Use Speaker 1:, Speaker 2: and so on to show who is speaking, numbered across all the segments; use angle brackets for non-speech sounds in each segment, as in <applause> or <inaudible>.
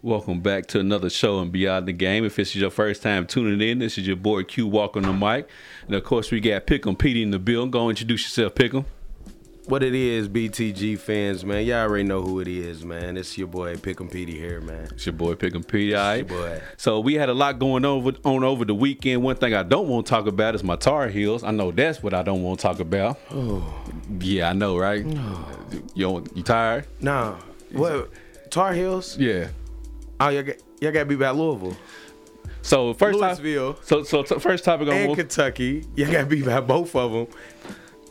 Speaker 1: Welcome back to another show and Beyond the Game. If this is your first time tuning in, this is your boy Q Walk on the mic. And of course, we got Pick'em Pete in the building. Go introduce yourself, Pick'em.
Speaker 2: What it is, BTG fans, man. Y'all already know who it is, man. It's your boy Pick'em Petey here, man.
Speaker 1: It's your boy Pick'em Pete. All right.
Speaker 2: your boy.
Speaker 1: So we had a lot going over on over the weekend. One thing I don't want to talk about is my Tar Heels. I know that's what I don't want to talk
Speaker 2: <sighs>
Speaker 1: about. Yeah, I know, right? You don't, you tired?
Speaker 2: Nah, what? Tar Heels?
Speaker 1: Yeah.
Speaker 2: Oh, y'all got, y'all got beat by Louisville
Speaker 1: So first top-
Speaker 2: Louisville.
Speaker 1: so so t- first topic on
Speaker 2: and
Speaker 1: one-
Speaker 2: Kentucky. Y'all got beat by both of <laughs> them.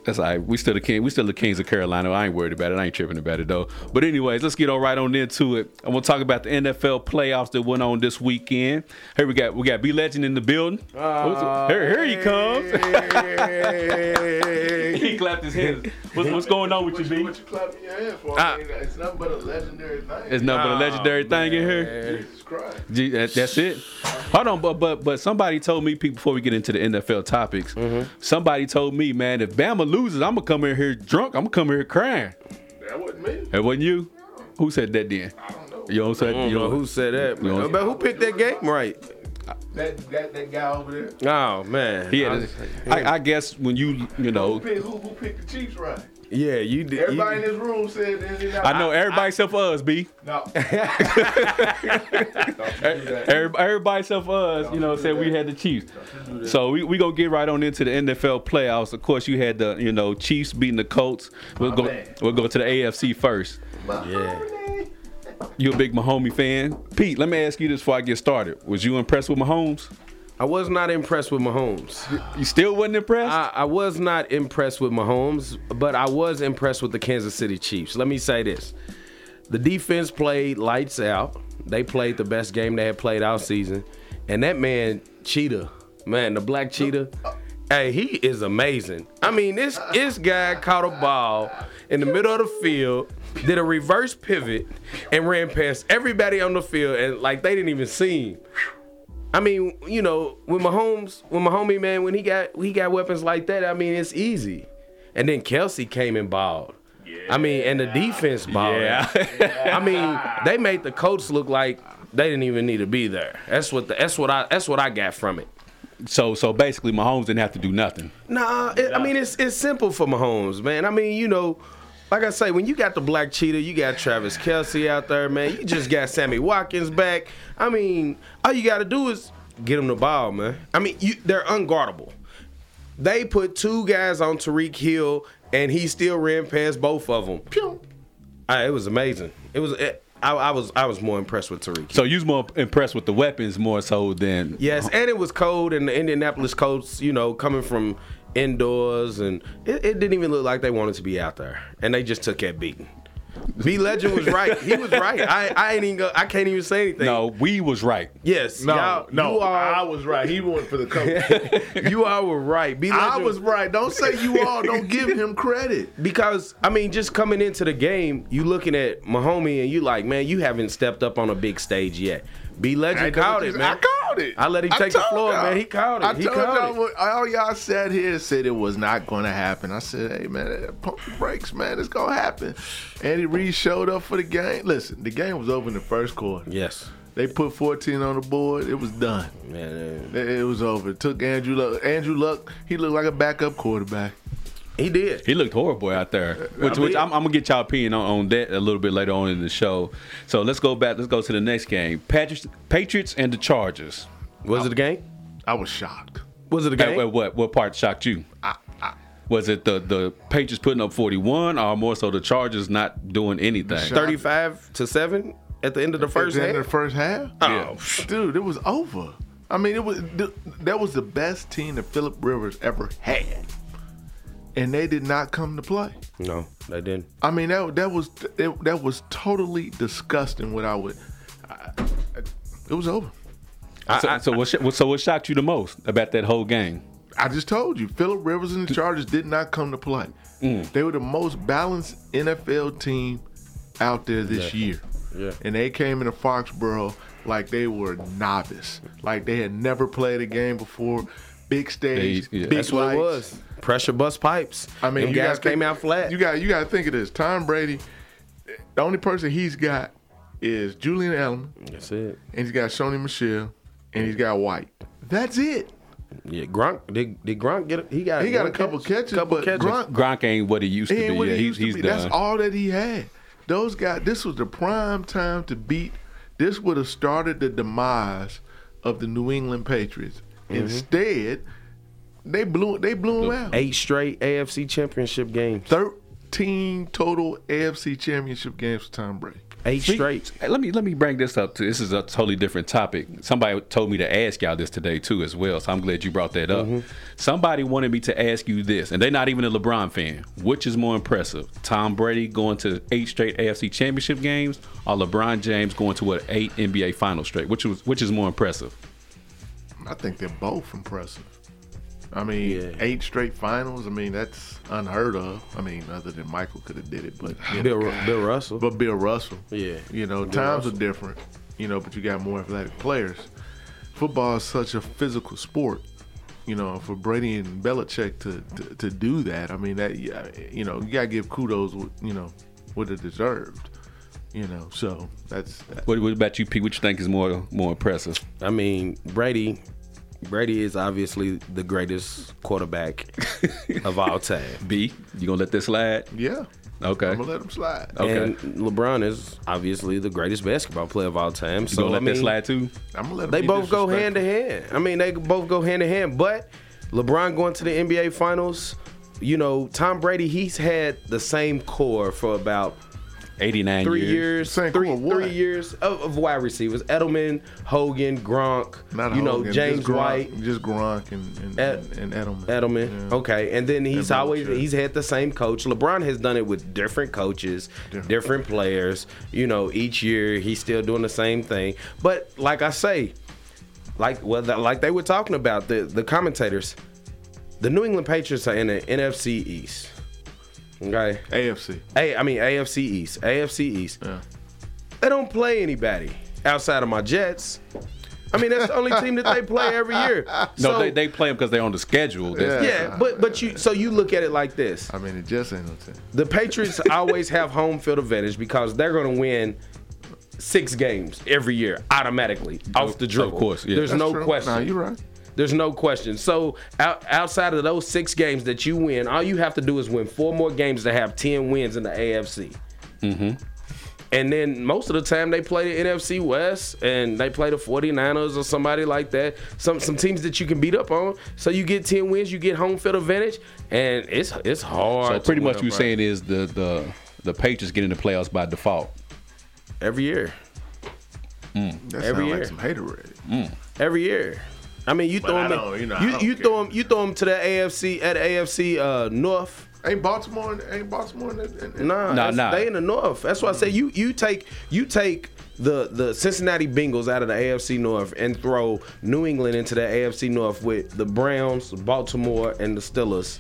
Speaker 1: That's all right. We still the king. We still the kings of Carolina. I ain't worried about it. I ain't tripping about it though. But anyways, let's get all right on into it. I'm gonna talk about the NFL playoffs that went on this weekend. Here we got we got B Legend in the building. here, here he comes. <laughs>
Speaker 2: comes.
Speaker 1: he clapped his hands. What's, what's going on with you,
Speaker 3: What
Speaker 1: B?
Speaker 3: you, what you clapping your hands for?
Speaker 1: Ah.
Speaker 3: I mean, it's nothing but a legendary thing.
Speaker 1: It's nothing but a legendary thing in here.
Speaker 3: Jesus Christ.
Speaker 1: Gee, that- that's it. Hold on, but but but somebody told me Pete, before we get into the NFL topics. Somebody told me, man, if Bama loses, I'm gonna come in here drunk. I'm gonna come in here crying.
Speaker 3: That wasn't me.
Speaker 1: That wasn't you. Who said that then?
Speaker 3: I don't know.
Speaker 1: You know what I'm saying? You know
Speaker 2: who said that,
Speaker 1: You know-
Speaker 2: man? But who picked that game right?
Speaker 3: That, that that guy over there.
Speaker 2: Oh man.
Speaker 1: Yeah,
Speaker 2: I
Speaker 1: that's-
Speaker 2: was-
Speaker 1: I, I guess when you you
Speaker 3: Who
Speaker 1: know,
Speaker 3: picked, who, who picked the Chiefs right?
Speaker 2: yeah. You did.
Speaker 3: Everybody
Speaker 2: you,
Speaker 3: in this room said this and that.
Speaker 1: I know everybody except for us, B.
Speaker 3: No.
Speaker 1: Everybody, everybody except for us, you know, said we had the Chiefs. So we we gonna get right on into the NFL playoffs. Of course, you had the you know Chiefs beating the Colts. We'll
Speaker 3: My
Speaker 1: go
Speaker 3: man.
Speaker 1: we'll go to the AFC first.
Speaker 3: <laughs> yeah.
Speaker 1: You a big Mahomes fan, Pete? Let me ask you this before I get started. Was you impressed with Mahomes?
Speaker 2: I was not impressed with Mahomes.
Speaker 1: You still wasn't impressed?
Speaker 2: I, I was not impressed with Mahomes, but I was impressed with the Kansas City Chiefs. Let me say this: the defense played lights out. They played the best game they had played all season, and that man Cheetah, man, the Black Cheetah, hey, he is amazing. I mean, this this guy caught a ball in the middle of the field, did a reverse pivot, and ran past everybody on the field, and like they didn't even see him. I mean, you know, with Mahomes, with Mahomie, man, when he got he got weapons like that, I mean, it's easy. And then Kelsey came and balled. I mean, and the defense balled.
Speaker 1: Yeah.
Speaker 2: I mean, they made the Colts look like they didn't even need to be there. That's what the, that's what I that's what I got from it.
Speaker 1: so so basically, Mahomes didn't have to do nothing.
Speaker 2: Nah, it, I mean it's it's simple for Mahomes, man. I mean, you know, like I say, when you got the black cheetah, you got Travis Kelsey out there, man. You just got Sammy Watkins back. I mean, all you got to do is get him the ball, man. I mean, you they're unguardable. They put two guys on Tariq Hill, and he still ran past both of them. Ah, it was amazing. It was. It, I, I was I was more impressed with Tariq.
Speaker 1: So you was more impressed with the weapons more so than
Speaker 2: Yes, and it was cold, and the Indianapolis Colts, you know, coming from indoors, and it, it didn't even look like they wanted to be out there, and they just took that beating. B Legend was right. He was right. I, I ain't even. Go, I can't even say anything.
Speaker 1: No, we was right.
Speaker 2: Yes.
Speaker 3: No,
Speaker 2: y'all-
Speaker 3: no,
Speaker 2: You
Speaker 3: I
Speaker 2: all,
Speaker 3: was right. He went for the <laughs> coach.
Speaker 2: <laughs> you all were right. B Legend.
Speaker 3: I was right. Don't say you all. Don't give him credit.
Speaker 2: because I mean, just coming into the game, you looking at Mahomie, and you like, man, you haven't stepped up on a big stage yet. B Legend
Speaker 3: I
Speaker 2: called
Speaker 3: know
Speaker 2: it,
Speaker 3: what
Speaker 2: man.
Speaker 3: you- I called it.
Speaker 2: I let him
Speaker 3: I
Speaker 2: take the
Speaker 3: told
Speaker 2: floor,
Speaker 3: y'all.
Speaker 2: man. He called it.
Speaker 3: I
Speaker 2: he
Speaker 3: told
Speaker 2: called
Speaker 3: y'all
Speaker 2: it.
Speaker 3: what all y'all sat here and said it was not going to happen. I said, hey man, pump the brakes, man. It's gonna happen. Andy Reid showed up for the game. Listen, the game was over in the first quarter.
Speaker 2: Yes.
Speaker 3: They put 14 on the board. It was done.
Speaker 2: Man, uh,
Speaker 3: It it was over. It took Andrew Luck. Andrew Luck. He looked like a backup quarterback.
Speaker 2: he did.
Speaker 1: He looked horrible out
Speaker 3: Uh,
Speaker 1: there. Which, which I'm, I'm gonna get y'all opinion on, on that a little bit later on in the show. So let's go back. Let's go to the next game. Patriots, Patriots and the Chargers.
Speaker 2: Was it a game?
Speaker 3: I was shocked.
Speaker 2: Was it a
Speaker 1: Hey,
Speaker 2: game?
Speaker 1: wait, what what part shocked you? Was it the the Patriots putting up 41, or more so the Chargers not doing anything?
Speaker 3: shot.
Speaker 2: 35 to 7 at the end of the first
Speaker 3: At the end
Speaker 2: half.
Speaker 3: of the first half.
Speaker 2: Oh,
Speaker 3: dude, it was over. I mean, it was th- that was the best team that Philip Rivers ever had, and they did not come to play.
Speaker 2: No, they didn't.
Speaker 3: I mean, that that was it, that was totally disgusting. What I would, I, I- it was over.
Speaker 1: So, so what? sh- So what shocked you the most about that whole game?
Speaker 3: I just told you, Philip Rivers and the Chargers did not come to play.
Speaker 2: Mm.
Speaker 3: They were the most balanced NFL team out there this year.
Speaker 2: Yeah.
Speaker 3: And they came into Foxborough like they were novice, like they had never played a game before. Big stage,
Speaker 1: They- yeah.
Speaker 3: big
Speaker 2: That's what
Speaker 3: lights.
Speaker 2: it was. Pressure bust pipes.
Speaker 3: I mean,
Speaker 2: Them
Speaker 3: you
Speaker 2: guys
Speaker 3: gotta think-
Speaker 2: came out flat.
Speaker 3: You got you got to think of this. Tom Brady, the only person he's got is Julian Edelman,
Speaker 2: That's it.
Speaker 3: and he's got Sony Michelle, and he's got White. That's it.
Speaker 2: Yeah, Gronk. Did, did Gronk get? A, he got.
Speaker 3: He got a
Speaker 2: one
Speaker 3: couple
Speaker 2: catch?
Speaker 3: catches, but Gronk,
Speaker 1: Gronk ain't what he used
Speaker 3: he
Speaker 1: to
Speaker 3: ain't
Speaker 1: be.
Speaker 3: what
Speaker 1: yeah,
Speaker 3: he
Speaker 1: he's-
Speaker 3: used
Speaker 1: he's
Speaker 3: to be.
Speaker 1: done.
Speaker 3: That's all that he had. Those guys. This was the prime time to beat. This would have started the demise of the New England Patriots. Instead, they blew. They blew him out.
Speaker 2: Eight straight AFC Championship games.
Speaker 3: 13 total AFC championship games for Tom Brady.
Speaker 2: Eight
Speaker 1: Speak-
Speaker 2: straight.
Speaker 1: Hey, Let me let me bring this up. To, this is a totally different topic. Somebody told me to ask y'all this today too, as well. So I'm glad you brought that up.
Speaker 2: Mm-hmm.
Speaker 1: Somebody wanted me to ask you this, and they're not even a LeBron fan. Which is more impressive, Tom Brady going to eight straight AFC Championship games, or LeBron James going to what eight NBA Finals straight? Which was which is more impressive?
Speaker 3: I think they're both impressive. I mean,
Speaker 2: Yeah.
Speaker 3: eight straight finals. I mean, that's unheard of. I mean, other than Michael could have did it, but you
Speaker 2: Bill,
Speaker 3: know,
Speaker 2: Ru- Bill Russell.
Speaker 3: but Bill Russell.
Speaker 2: Yeah.
Speaker 3: you know,
Speaker 2: Bill
Speaker 3: times
Speaker 2: Russell.
Speaker 3: are different. You know, but you got more athletic players. Football is such a physical sport. You know, for Brady and Belichick to to, to do that, I mean, that yeah, you know, you gotta give kudos. You know, what it deserved. You know, so that's that.
Speaker 1: What, what about you, Pete? What you think is more more impressive?
Speaker 2: I mean, Brady. Brady is obviously the greatest quarterback of all time,
Speaker 1: B, you gonna let this slide?
Speaker 3: yeah.
Speaker 1: Okay.
Speaker 3: I'm gonna let him slide.
Speaker 1: Okay.
Speaker 2: and LeBron is obviously the greatest basketball player of all time.
Speaker 1: You
Speaker 2: So
Speaker 1: gonna
Speaker 2: I
Speaker 1: let
Speaker 2: mean,
Speaker 1: that slide too?
Speaker 3: I'm gonna let him
Speaker 2: They
Speaker 3: be
Speaker 2: both go hand to
Speaker 3: disrespectful.
Speaker 2: hand. I mean, they both go hand to hand. But LeBron going to the NBA Finals, you know, Tom Brady, he's had the same core for about
Speaker 1: Eighty nine
Speaker 2: three
Speaker 1: years.
Speaker 2: years,
Speaker 3: Same
Speaker 2: three,
Speaker 3: core what?
Speaker 2: three years of, of wide receivers: Edelman, Hogan, Gronk,
Speaker 3: Not
Speaker 2: you know,
Speaker 3: Hogan,
Speaker 2: James
Speaker 3: just Gronk,
Speaker 2: White,
Speaker 3: just Gronk and and,
Speaker 2: Ed-
Speaker 3: and Edelman.
Speaker 2: Edelman.
Speaker 3: Yeah.
Speaker 2: Okay, and then he's
Speaker 3: And
Speaker 2: always
Speaker 3: Belichick.
Speaker 2: he's had the same coach. LeBron has done it with different coaches,
Speaker 3: Different.
Speaker 2: different players. You know, each year he's still doing the same thing. But like I say, like well, th- like they were talking about the the commentators, the New England Patriots are in the NFC East. Okay,
Speaker 3: AFC.
Speaker 2: a I mean AFC East, AFC East.
Speaker 3: Yeah.
Speaker 2: They don't play anybody outside of my Jets. I mean, that's the only team that they play every year.
Speaker 1: <laughs> No,
Speaker 2: So-
Speaker 1: they, they play them because they're on the schedule. That's- <laughs>
Speaker 2: yeah, but but you so you look at it like this:
Speaker 3: I mean, it just ain't no ten.
Speaker 2: the Patriots
Speaker 1: <laughs>
Speaker 2: always have home field advantage because they're going to win six games every year automatically off the dribble.
Speaker 1: of course, yeah.
Speaker 2: there's
Speaker 1: That's
Speaker 2: no question.
Speaker 3: Nah, you're right.
Speaker 2: There's no question. So out, outside of those six games that you win, all you have to do is win four more games to have ten wins in the AFC. Mm-hmm. And then most of the time they play the NFC West and they play the 49ers or somebody like that. Some some teams that you can beat up on. So you get ten wins, you get home field advantage, and it's it's hard.
Speaker 1: So
Speaker 2: to
Speaker 1: pretty
Speaker 2: win
Speaker 1: much what you're
Speaker 2: upright.
Speaker 1: saying is the the the Patriots get in the playoffs by default.
Speaker 2: every year,
Speaker 3: That
Speaker 2: Every
Speaker 3: sound
Speaker 2: year.
Speaker 3: like some haterade.
Speaker 2: every year. I mean, you throw
Speaker 3: I
Speaker 2: them,
Speaker 3: don't- you know, I
Speaker 2: you,
Speaker 3: don't
Speaker 2: you
Speaker 3: care.
Speaker 2: throw them, you throw them to the AFC at the AFC uh, North.
Speaker 3: Ain't Baltimore? in- Ain't Baltimore? In, the- in, in,
Speaker 2: Nah,
Speaker 1: Nah,
Speaker 2: that's-
Speaker 1: nah.
Speaker 2: they in the north. That's why I say you you take you take the the Cincinnati Bengals out of the AFC North and throw New England into the AFC North with the Browns, Baltimore, and the Steelers.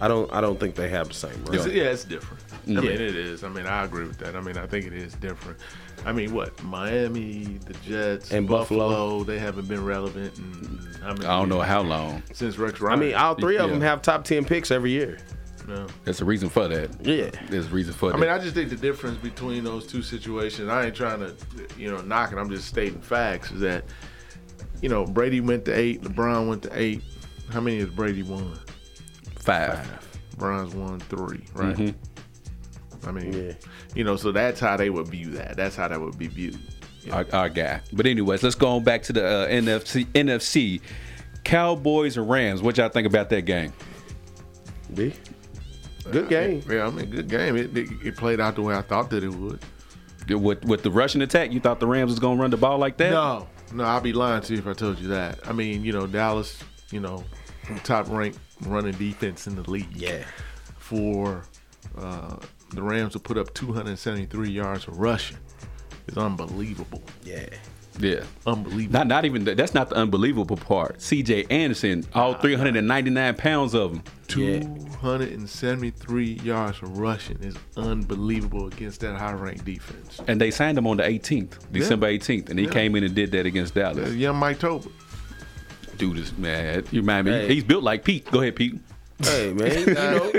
Speaker 2: I don't I don't think they have the same
Speaker 3: It's-
Speaker 2: record.
Speaker 3: yeah, it's different. I mean, it is. I mean, I agree with that. I mean, I think it is different. I mean, what Miami, the Jets,
Speaker 2: And Buffalo.
Speaker 3: They haven't been relevant. In, I, mean,
Speaker 1: I don't know how long.
Speaker 3: since Rex
Speaker 2: I
Speaker 3: Ryan.
Speaker 2: mean, all three of them
Speaker 1: Yeah.
Speaker 2: have top ten picks every year.
Speaker 3: Yeah.
Speaker 1: There's a reason for that.
Speaker 2: Yeah.
Speaker 1: There's a reason for
Speaker 3: I
Speaker 1: that.
Speaker 3: mean, I just think the difference between those two situations. I ain't trying to, you know, knock it. I'm just stating facts. Is that, you know, Brady went to eight. LeBron went to eight. How many has Brady won?
Speaker 1: Five.
Speaker 3: LeBron's won three, right? I mean,
Speaker 2: Mm-hmm. Yeah.
Speaker 3: you know, so that's how they would view that. That's how that would be viewed.
Speaker 1: Our, our guy. But anyways, let's go on back to the uh, NFC NFC Cowboys and Rams. What y'all think about that game?
Speaker 2: B. Good game.
Speaker 3: Yeah, I mean, good game. It, it, it played out the way I thought that it would.
Speaker 1: With with the Russian attack, you thought the Rams was gonna run the ball like that?
Speaker 3: No, no, I'd be lying to you if I told you that. I mean, you know, Dallas, you know, top ranked running defense in the league.
Speaker 2: Yeah.
Speaker 3: for uh, the Rams to put up 273 yards rushing is unbelievable.
Speaker 2: Yeah.
Speaker 1: Yeah.
Speaker 3: Unbelievable.
Speaker 1: Not not even that. That's not the unbelievable part. C.J. Anderson, all 399 pounds of him.
Speaker 3: 273 yards rushing is unbelievable against that high ranked defense.
Speaker 1: And they signed him on the 18th, December 18th, and he
Speaker 3: Yeah.
Speaker 1: came in and did that against Dallas.
Speaker 3: Young Mike Tobin.
Speaker 1: Dude is mad. You remind me.
Speaker 2: Hey.
Speaker 1: He's built like Pete. Go ahead, Pete.
Speaker 2: Hey man, you know, <laughs>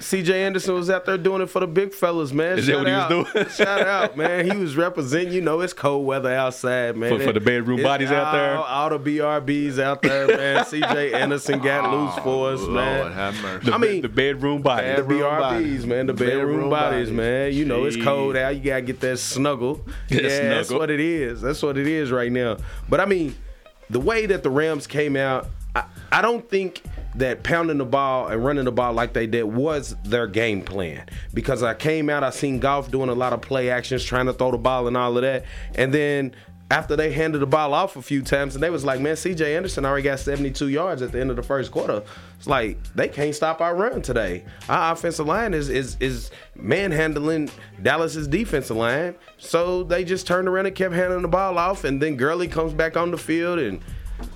Speaker 2: CJ Anderson was out there doing it for the big fellas, man.
Speaker 1: Is that
Speaker 2: Shout
Speaker 1: what he was
Speaker 2: out.
Speaker 1: doing?
Speaker 2: <laughs> Shout out, man. He was representing. You know, it's cold weather outside, man.
Speaker 1: For- for the bedroom
Speaker 2: It's
Speaker 1: bodies out there.
Speaker 2: All, all the BRBs out there, man. CJ Anderson got loose for
Speaker 1: Oh,
Speaker 2: us,
Speaker 3: Oh, Lord
Speaker 2: man.
Speaker 3: have mercy.
Speaker 1: The,
Speaker 2: I mean-
Speaker 1: the bedroom body.
Speaker 2: The
Speaker 3: Bedroom
Speaker 2: BRBs,
Speaker 3: bodies.
Speaker 2: man. The bedroom,
Speaker 3: Bedroom
Speaker 2: bodies,
Speaker 3: bodies.
Speaker 2: man. You know, it's
Speaker 3: Jeez.
Speaker 2: cold out. You gotta get that snuggle.
Speaker 1: That
Speaker 2: yeah, that's
Speaker 1: snuggle.
Speaker 2: what it is. That's what it is right now. But I mean, the way that the Rams came out, I, I don't think that pounding the ball and running the ball like they did was their game plan. Because I came out, I seen golf doing a lot of play actions, trying to throw the ball and all of that. And then after they handed the ball off a few times and they was like, man, CJ Anderson already got 72 yards at the end of the first quarter. It's like they can't stop our run today. Our offensive line is is is manhandling Dallas's defensive line. So they just turned around and kept handing the ball off and then Gurley comes back on the field and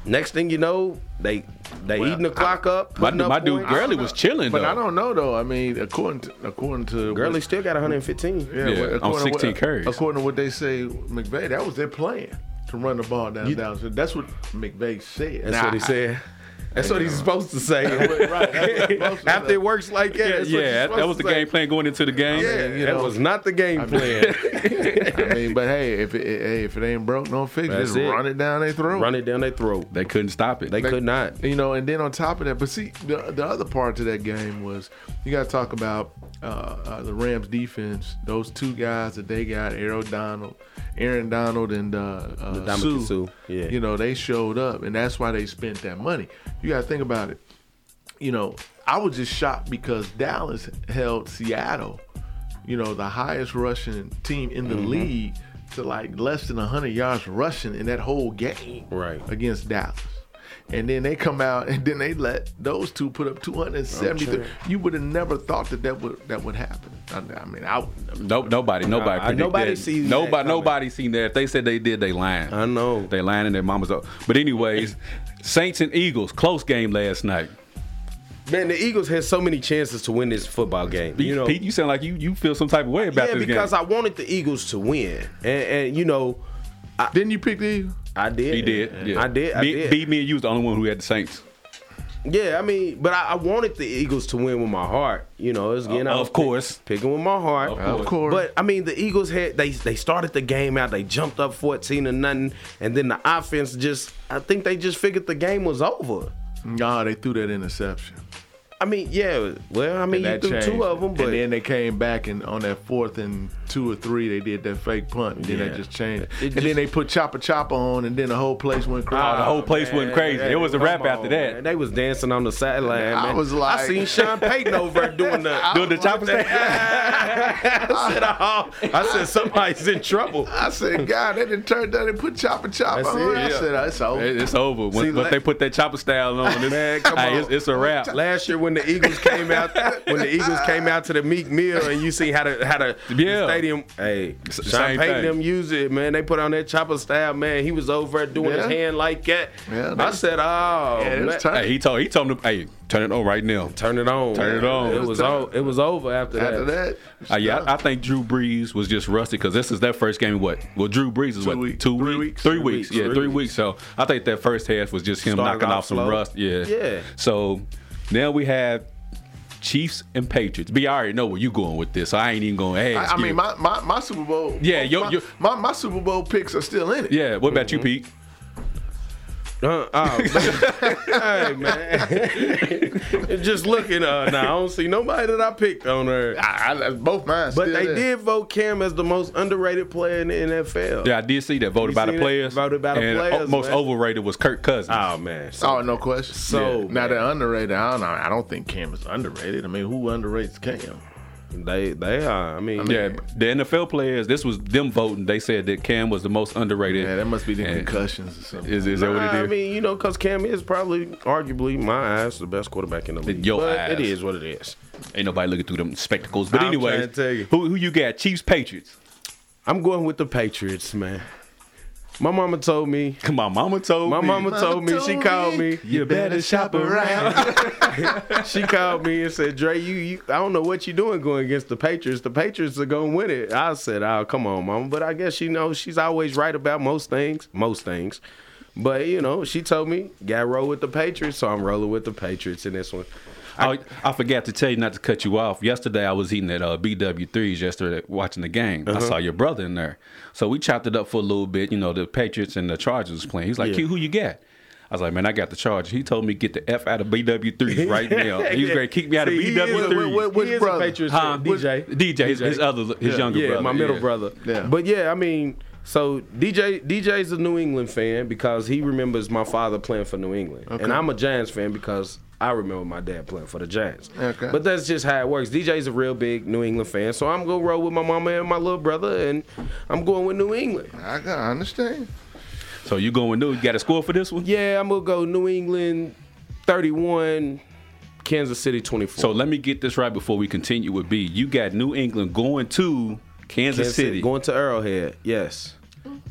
Speaker 2: next thing you know, they they
Speaker 3: Well,
Speaker 2: eating the clock up.
Speaker 1: My,
Speaker 2: putting up
Speaker 1: my dude
Speaker 2: points.
Speaker 1: Gurley was chilling
Speaker 3: But
Speaker 1: though.
Speaker 3: I don't know though. I mean, according to, according to
Speaker 2: Gurley still got 115.
Speaker 1: Yeah,
Speaker 3: yeah, according
Speaker 1: on
Speaker 3: to
Speaker 1: 16
Speaker 3: what,
Speaker 1: carries.
Speaker 3: According to what they say, McVay, that was their plan to run the ball down. down. So that's what McVay said.
Speaker 2: That's
Speaker 3: Now,
Speaker 2: what he
Speaker 3: I-
Speaker 2: said. That's what he's supposed
Speaker 1: <laughs>
Speaker 2: to say.
Speaker 3: right, that's what he's supposed
Speaker 2: <laughs>
Speaker 3: to
Speaker 2: After
Speaker 3: say.
Speaker 2: it works like that. that's what you're
Speaker 1: yeah, that, that
Speaker 2: supposed
Speaker 1: was
Speaker 2: to
Speaker 1: the
Speaker 2: say.
Speaker 1: game plan going into the game.
Speaker 3: Yeah. you
Speaker 2: that
Speaker 3: know.
Speaker 2: was not the game
Speaker 1: <laughs>
Speaker 2: plan.
Speaker 3: I mean, but hey, if it, hey, if it ain't broke, don't fix it.
Speaker 2: That's
Speaker 3: Just
Speaker 2: it.
Speaker 3: run it down their throat.
Speaker 2: Run it down their throat.
Speaker 1: They couldn't stop it.
Speaker 2: They could not.
Speaker 3: You know, and then on top of that, but see, the, the other part to that game was you got to talk about uh, uh, the Rams defense. Those two guys that they got, Aaron Donald, Aaron Donald, and uh, uh,
Speaker 2: Ndamukong
Speaker 3: Sue,
Speaker 2: Suh, yeah.
Speaker 3: You know, they showed up, and that's why they spent that money. You got to think about it. You know, I was just shocked because Dallas held Seattle, you know, the highest rushing team in the
Speaker 2: Mm-hmm.
Speaker 3: league, to like less than 100 yards rushing in that whole game
Speaker 2: Right.
Speaker 3: against Dallas. And then they come out, and then they let those two put up 273. You would have never thought that that would that would happen. I, I mean, I would never.
Speaker 1: Nope, nobody,
Speaker 2: I-
Speaker 1: nobody, predicted
Speaker 2: nobody
Speaker 1: that.
Speaker 2: seen that
Speaker 1: nobody,
Speaker 2: coming.
Speaker 1: nobody seen that. If they said they did, they lying.
Speaker 2: I know.
Speaker 1: they lying and their mama's up. But anyways, <laughs> Saints and Eagles close game last night.
Speaker 2: Man, the Eagles had so many chances to win this football game.
Speaker 1: Pete,
Speaker 2: You know,
Speaker 1: Pete, you sound like you you feel some type of way about
Speaker 2: yeah,
Speaker 1: this
Speaker 2: because
Speaker 1: game.
Speaker 2: I wanted the Eagles to win, and, and you know,
Speaker 3: Didn't you pick the Eagles?
Speaker 2: I did.
Speaker 1: he did. Yeah.
Speaker 2: I did. I
Speaker 1: Be-
Speaker 2: did.
Speaker 1: Beat me and you was the only one who had the Saints.
Speaker 2: Yeah, I mean, but I, I wanted the Eagles to win with my heart. You know, it's getting
Speaker 1: Uh, Of
Speaker 2: I was pick-
Speaker 1: course.
Speaker 2: picking with my heart.
Speaker 1: Of
Speaker 3: Of course.
Speaker 2: But I mean, the Eagles had they they started the game out. They jumped up fourteen to nothing, and then the offense just I think they just figured the game was over.
Speaker 3: nah, they threw that interception.
Speaker 2: I mean, yeah. Well, I mean, you
Speaker 3: That
Speaker 2: threw
Speaker 3: changed
Speaker 2: two of
Speaker 3: it.
Speaker 2: them, but
Speaker 3: and then they came back and on that fourth and two or three, they did that fake punt. And then
Speaker 2: Yeah.
Speaker 3: they just changed.
Speaker 2: It
Speaker 3: and
Speaker 2: just-
Speaker 3: then they put Chopper Chopper on, and then the whole place went
Speaker 1: Oh, the
Speaker 3: crazy.
Speaker 1: whole place went crazy. it was a
Speaker 2: Come
Speaker 1: wrap after
Speaker 2: on,
Speaker 1: that.
Speaker 2: man. They was dancing on the sideline.
Speaker 3: I
Speaker 2: man.
Speaker 3: was like-
Speaker 2: I seen Sean Payton over there doing
Speaker 3: <laughs>
Speaker 2: the.
Speaker 1: Doing the chopper stand.
Speaker 2: I said, oh, I said somebody's in trouble.
Speaker 3: I <laughs> said, God, they didn't turn down. They put Chopper Chopper
Speaker 2: That's
Speaker 3: on.
Speaker 2: it.
Speaker 3: I said, that's over.
Speaker 1: It- It's over. When,
Speaker 3: See,
Speaker 1: when
Speaker 3: like-
Speaker 1: they put that chopper style on, it's,
Speaker 2: Man, come
Speaker 1: hey,
Speaker 2: on.
Speaker 1: it's, it's a wrap.
Speaker 2: Last year when the Eagles came out, when the Eagles came out to the Meek Mill, and you see how the how the, the
Speaker 1: Yeah.
Speaker 2: stadium, hey, Sean
Speaker 1: same
Speaker 2: Payton
Speaker 1: thing.
Speaker 2: them use it, man. They put on that chopper style, man. He was over there doing his
Speaker 3: Yeah.
Speaker 2: hand like that.
Speaker 3: Yeah,
Speaker 2: I
Speaker 3: they-
Speaker 2: said, oh,
Speaker 3: Yeah, it
Speaker 2: man.
Speaker 3: was tough.
Speaker 1: Hey, he told he told him, to, hey, turn it on right now.
Speaker 2: turn it on,
Speaker 1: Turn it on.
Speaker 2: It
Speaker 1: It
Speaker 2: was,
Speaker 3: was
Speaker 2: o- it was over after,
Speaker 3: After that,
Speaker 1: Uh, yeah,
Speaker 3: stuff.
Speaker 1: I, I think Drew Brees was just rusty because this is their first game. in What? Well, Drew Brees is what
Speaker 3: week-
Speaker 1: two
Speaker 3: three
Speaker 1: week-
Speaker 3: weeks?
Speaker 1: three
Speaker 3: Three
Speaker 1: weeks,
Speaker 2: weeks,
Speaker 1: yeah,
Speaker 2: three
Speaker 1: three, weeks. So I think that first half was just him
Speaker 2: Started
Speaker 1: knocking
Speaker 2: off
Speaker 1: off some
Speaker 2: slow.
Speaker 1: rust. Yeah,
Speaker 2: Yeah.
Speaker 1: So now we have Chiefs and Patriots. B, I already know where you going with this. So I ain't even going to ask.
Speaker 3: I, I
Speaker 1: you.
Speaker 3: mean, my, my, my Super Bowl.
Speaker 1: Yeah, yo-
Speaker 3: my,
Speaker 1: yo-
Speaker 3: my my Super Bowl picks are still in it.
Speaker 1: yeah. What about
Speaker 2: Mm-hmm.
Speaker 1: you, Pete?
Speaker 2: Uh, oh,
Speaker 1: <laughs>
Speaker 2: man. hey man, just looking. Uh, now I don't see nobody that I picked on her.
Speaker 3: I, I, both mine.
Speaker 2: But
Speaker 3: still
Speaker 2: they
Speaker 3: in.
Speaker 2: did vote Cam as the most underrated player in the NFL.
Speaker 1: Yeah, I did see that voted by the
Speaker 2: seen that?
Speaker 1: players.
Speaker 2: Voted by the
Speaker 1: and
Speaker 2: players,
Speaker 1: Most
Speaker 2: man.
Speaker 1: overrated was Kirk Cousins.
Speaker 2: Oh man. So,
Speaker 3: Oh, no question.
Speaker 2: So,
Speaker 3: now
Speaker 2: man.
Speaker 3: they're underrated. I don't know. I don't think Cam is underrated. I mean, who underrates Cam?
Speaker 2: they they are. I mean,
Speaker 1: Yeah, the NFL players. This was them voting. They said that Cam was the most underrated.
Speaker 3: Yeah, that must be the
Speaker 1: And
Speaker 3: concussions or something.
Speaker 1: Is, is that what
Speaker 2: I
Speaker 1: it is?
Speaker 2: mean, you know, because Cam is probably, arguably, my eyes, the best quarterback in the league.
Speaker 1: your
Speaker 2: but
Speaker 1: eyes.
Speaker 2: it is what it is.
Speaker 1: Ain't nobody looking through them spectacles. But
Speaker 2: I'm
Speaker 1: anyway,
Speaker 2: trying to tell you.
Speaker 1: who who you got? Chiefs, Patriots.
Speaker 2: I'm going with the Patriots, man. My mama told me.
Speaker 1: Come on, Mama told
Speaker 2: My
Speaker 1: me.
Speaker 2: mama, told me. She
Speaker 3: told
Speaker 2: called
Speaker 3: me.
Speaker 2: me.
Speaker 1: You better shop around.
Speaker 2: she called me and said, "Dre, you, you, I don't know what you doing going against the Patriots. The Patriots are gonna win it." I said, "Oh, come on, mama." But I guess she knows she's always right about most things. Most things. But you know, she told me, "Got to roll with the Patriots," so I'm rolling with the Patriots in this one.
Speaker 1: I, Oh, I forgot to tell you not to cut you off. Yesterday I was eating at uh, BW3s yesterday watching the game.
Speaker 2: Uh-huh.
Speaker 1: I saw your brother in there. So we chopped it up for a little bit. You know, the Patriots and the Chargers was playing. He's like,
Speaker 2: Yeah.
Speaker 1: Q, who you got? I was like, man, I got the Chargers. He told me get the F out of
Speaker 2: <laughs>
Speaker 1: BW3s right now. He's going to kick me out of
Speaker 2: See, he is-
Speaker 1: BW3s.
Speaker 3: wh- wh- which
Speaker 2: he is a
Speaker 3: brother?
Speaker 2: Patriots
Speaker 1: Huh?
Speaker 2: fan, DJ.
Speaker 1: DJ, his, his other, his
Speaker 3: Yeah.
Speaker 1: younger
Speaker 2: yeah,
Speaker 1: brother.
Speaker 2: my middle
Speaker 3: yeah.
Speaker 2: brother.
Speaker 3: Yeah.
Speaker 2: But yeah, I mean, so DJ DJ's a New England fan because he remembers my father playing for New England, and I'm a Giants fan because I remember my dad playing for the Giants.
Speaker 3: Okay.
Speaker 2: But that's just how it works. DJ's a real big New England fan, so I'm gonna roll with my mama and my little brother, and I'm going with New England.
Speaker 3: I got I understand.
Speaker 1: So you going new? You got a score for this one?
Speaker 2: Yeah, I'm gonna go New England, 31, Kansas City 24.
Speaker 1: So let me get this right before we continue with B. You got New England going to Kansas,
Speaker 2: Kansas
Speaker 1: City.
Speaker 2: going to Arrowhead, yes,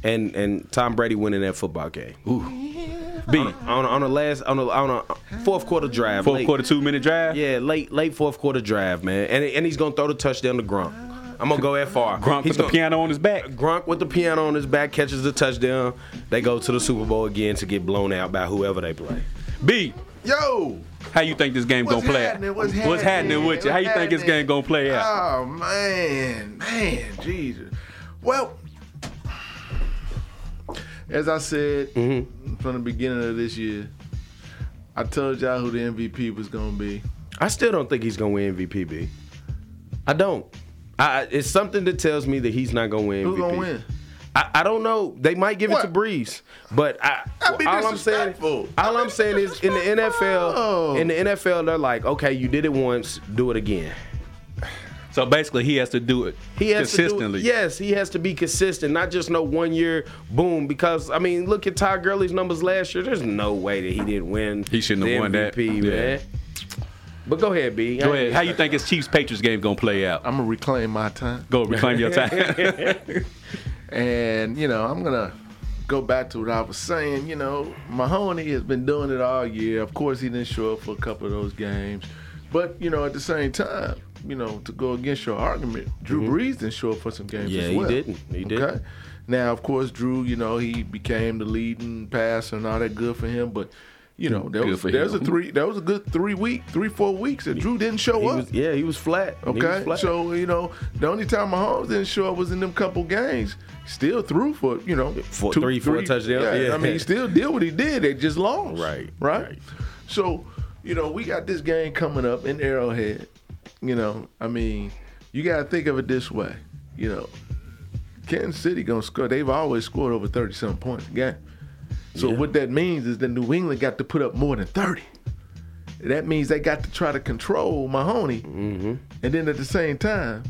Speaker 2: and and Tom Brady winning that football game.
Speaker 1: B,
Speaker 2: on on the last on the on a fourth quarter drive.
Speaker 1: fourth
Speaker 2: late.
Speaker 1: quarter, two minute drive.
Speaker 2: Yeah, late late fourth quarter drive, man. And and he's gonna throw the touchdown to Gronk. I'm gonna go that far.
Speaker 1: Grump
Speaker 2: he's
Speaker 1: with the
Speaker 2: gonna-
Speaker 1: piano on his back.
Speaker 2: Gronk with the piano on his back catches the touchdown. They go to the Super Bowl again to get blown out by whoever they play.
Speaker 1: B,
Speaker 3: Yo,
Speaker 1: How you think this game
Speaker 3: What's
Speaker 1: gonna play
Speaker 3: happening?
Speaker 1: out?
Speaker 3: What's happening?
Speaker 1: with you? How you
Speaker 3: What's
Speaker 1: think this
Speaker 3: happening?
Speaker 1: game gonna play out?
Speaker 3: oh man, man, Jesus. Well, as I said
Speaker 1: Mm-hmm.
Speaker 3: from the beginning of this year, I told y'all who the MVP was gonna be.
Speaker 2: I still don't think he's gonna win MVP. B. I don't. I, I- it's something that tells me that he's not gonna win. MVP.
Speaker 3: Who's gonna win?
Speaker 2: I, I don't know. They might give it to
Speaker 3: What?
Speaker 2: Breeze, but I,
Speaker 3: That'd be
Speaker 2: all I'm saying,
Speaker 3: disrespectful.
Speaker 2: all I'm saying is in the
Speaker 3: disrespectful.
Speaker 2: NFL, in the NFL, they're like, okay, you did it once, do it again.
Speaker 1: So basically, he has to do it
Speaker 2: He has
Speaker 1: consistently.
Speaker 2: To do, yes, he has to be consistent, not just no one year boom. Because I mean, look at Todd Gurley's numbers last year. There's no way that he didn't win.
Speaker 1: He shouldn't
Speaker 2: the
Speaker 1: have won that.
Speaker 2: MVP,
Speaker 1: Yeah.
Speaker 2: man. But go ahead, B.
Speaker 1: Go ahead. How you think his Chiefs Patriots game gonna play out?
Speaker 3: I'm gonna reclaim my time.
Speaker 1: Go reclaim your
Speaker 3: <laughs>
Speaker 1: time.
Speaker 3: And, you know, I'm going to go back to what I was saying. You know, Mahoney has been doing it all year. Of course, he didn't show up for a couple of those games. But, you know, at the same time, you know, to go against your argument, Drew Brees didn't show up for some games
Speaker 2: Mm-hmm. Yeah,
Speaker 3: as
Speaker 2: he
Speaker 3: well.
Speaker 2: didn't. He didn't.
Speaker 3: Now, of course, Drew, you know, he became the leading passer and all that good for him. But, you know, there
Speaker 1: Good
Speaker 3: was,
Speaker 1: for
Speaker 3: there was a
Speaker 1: him.
Speaker 3: three there was a good three week, three, four weeks that Drew didn't
Speaker 2: <laughs>
Speaker 3: show
Speaker 2: He
Speaker 3: up.
Speaker 2: was, yeah, he was flat. He was
Speaker 3: Okay,
Speaker 2: flat.
Speaker 3: so you know the only time Mahomes didn't show up was in them couple games. Still threw for you know
Speaker 2: For three, four touchdowns, yeah.
Speaker 3: I mean, he still did what he did. They just lost.
Speaker 2: Right,
Speaker 3: right,
Speaker 2: right.
Speaker 3: So you know we got this game coming up in Arrowhead. You know, I mean, you got to think of it this way. You know, Kansas City gonna score. They've always scored over thirty some points a game. So what that means is that New England got to put up more than thirty. That means they got to try to control Mahoney, and then at the same time,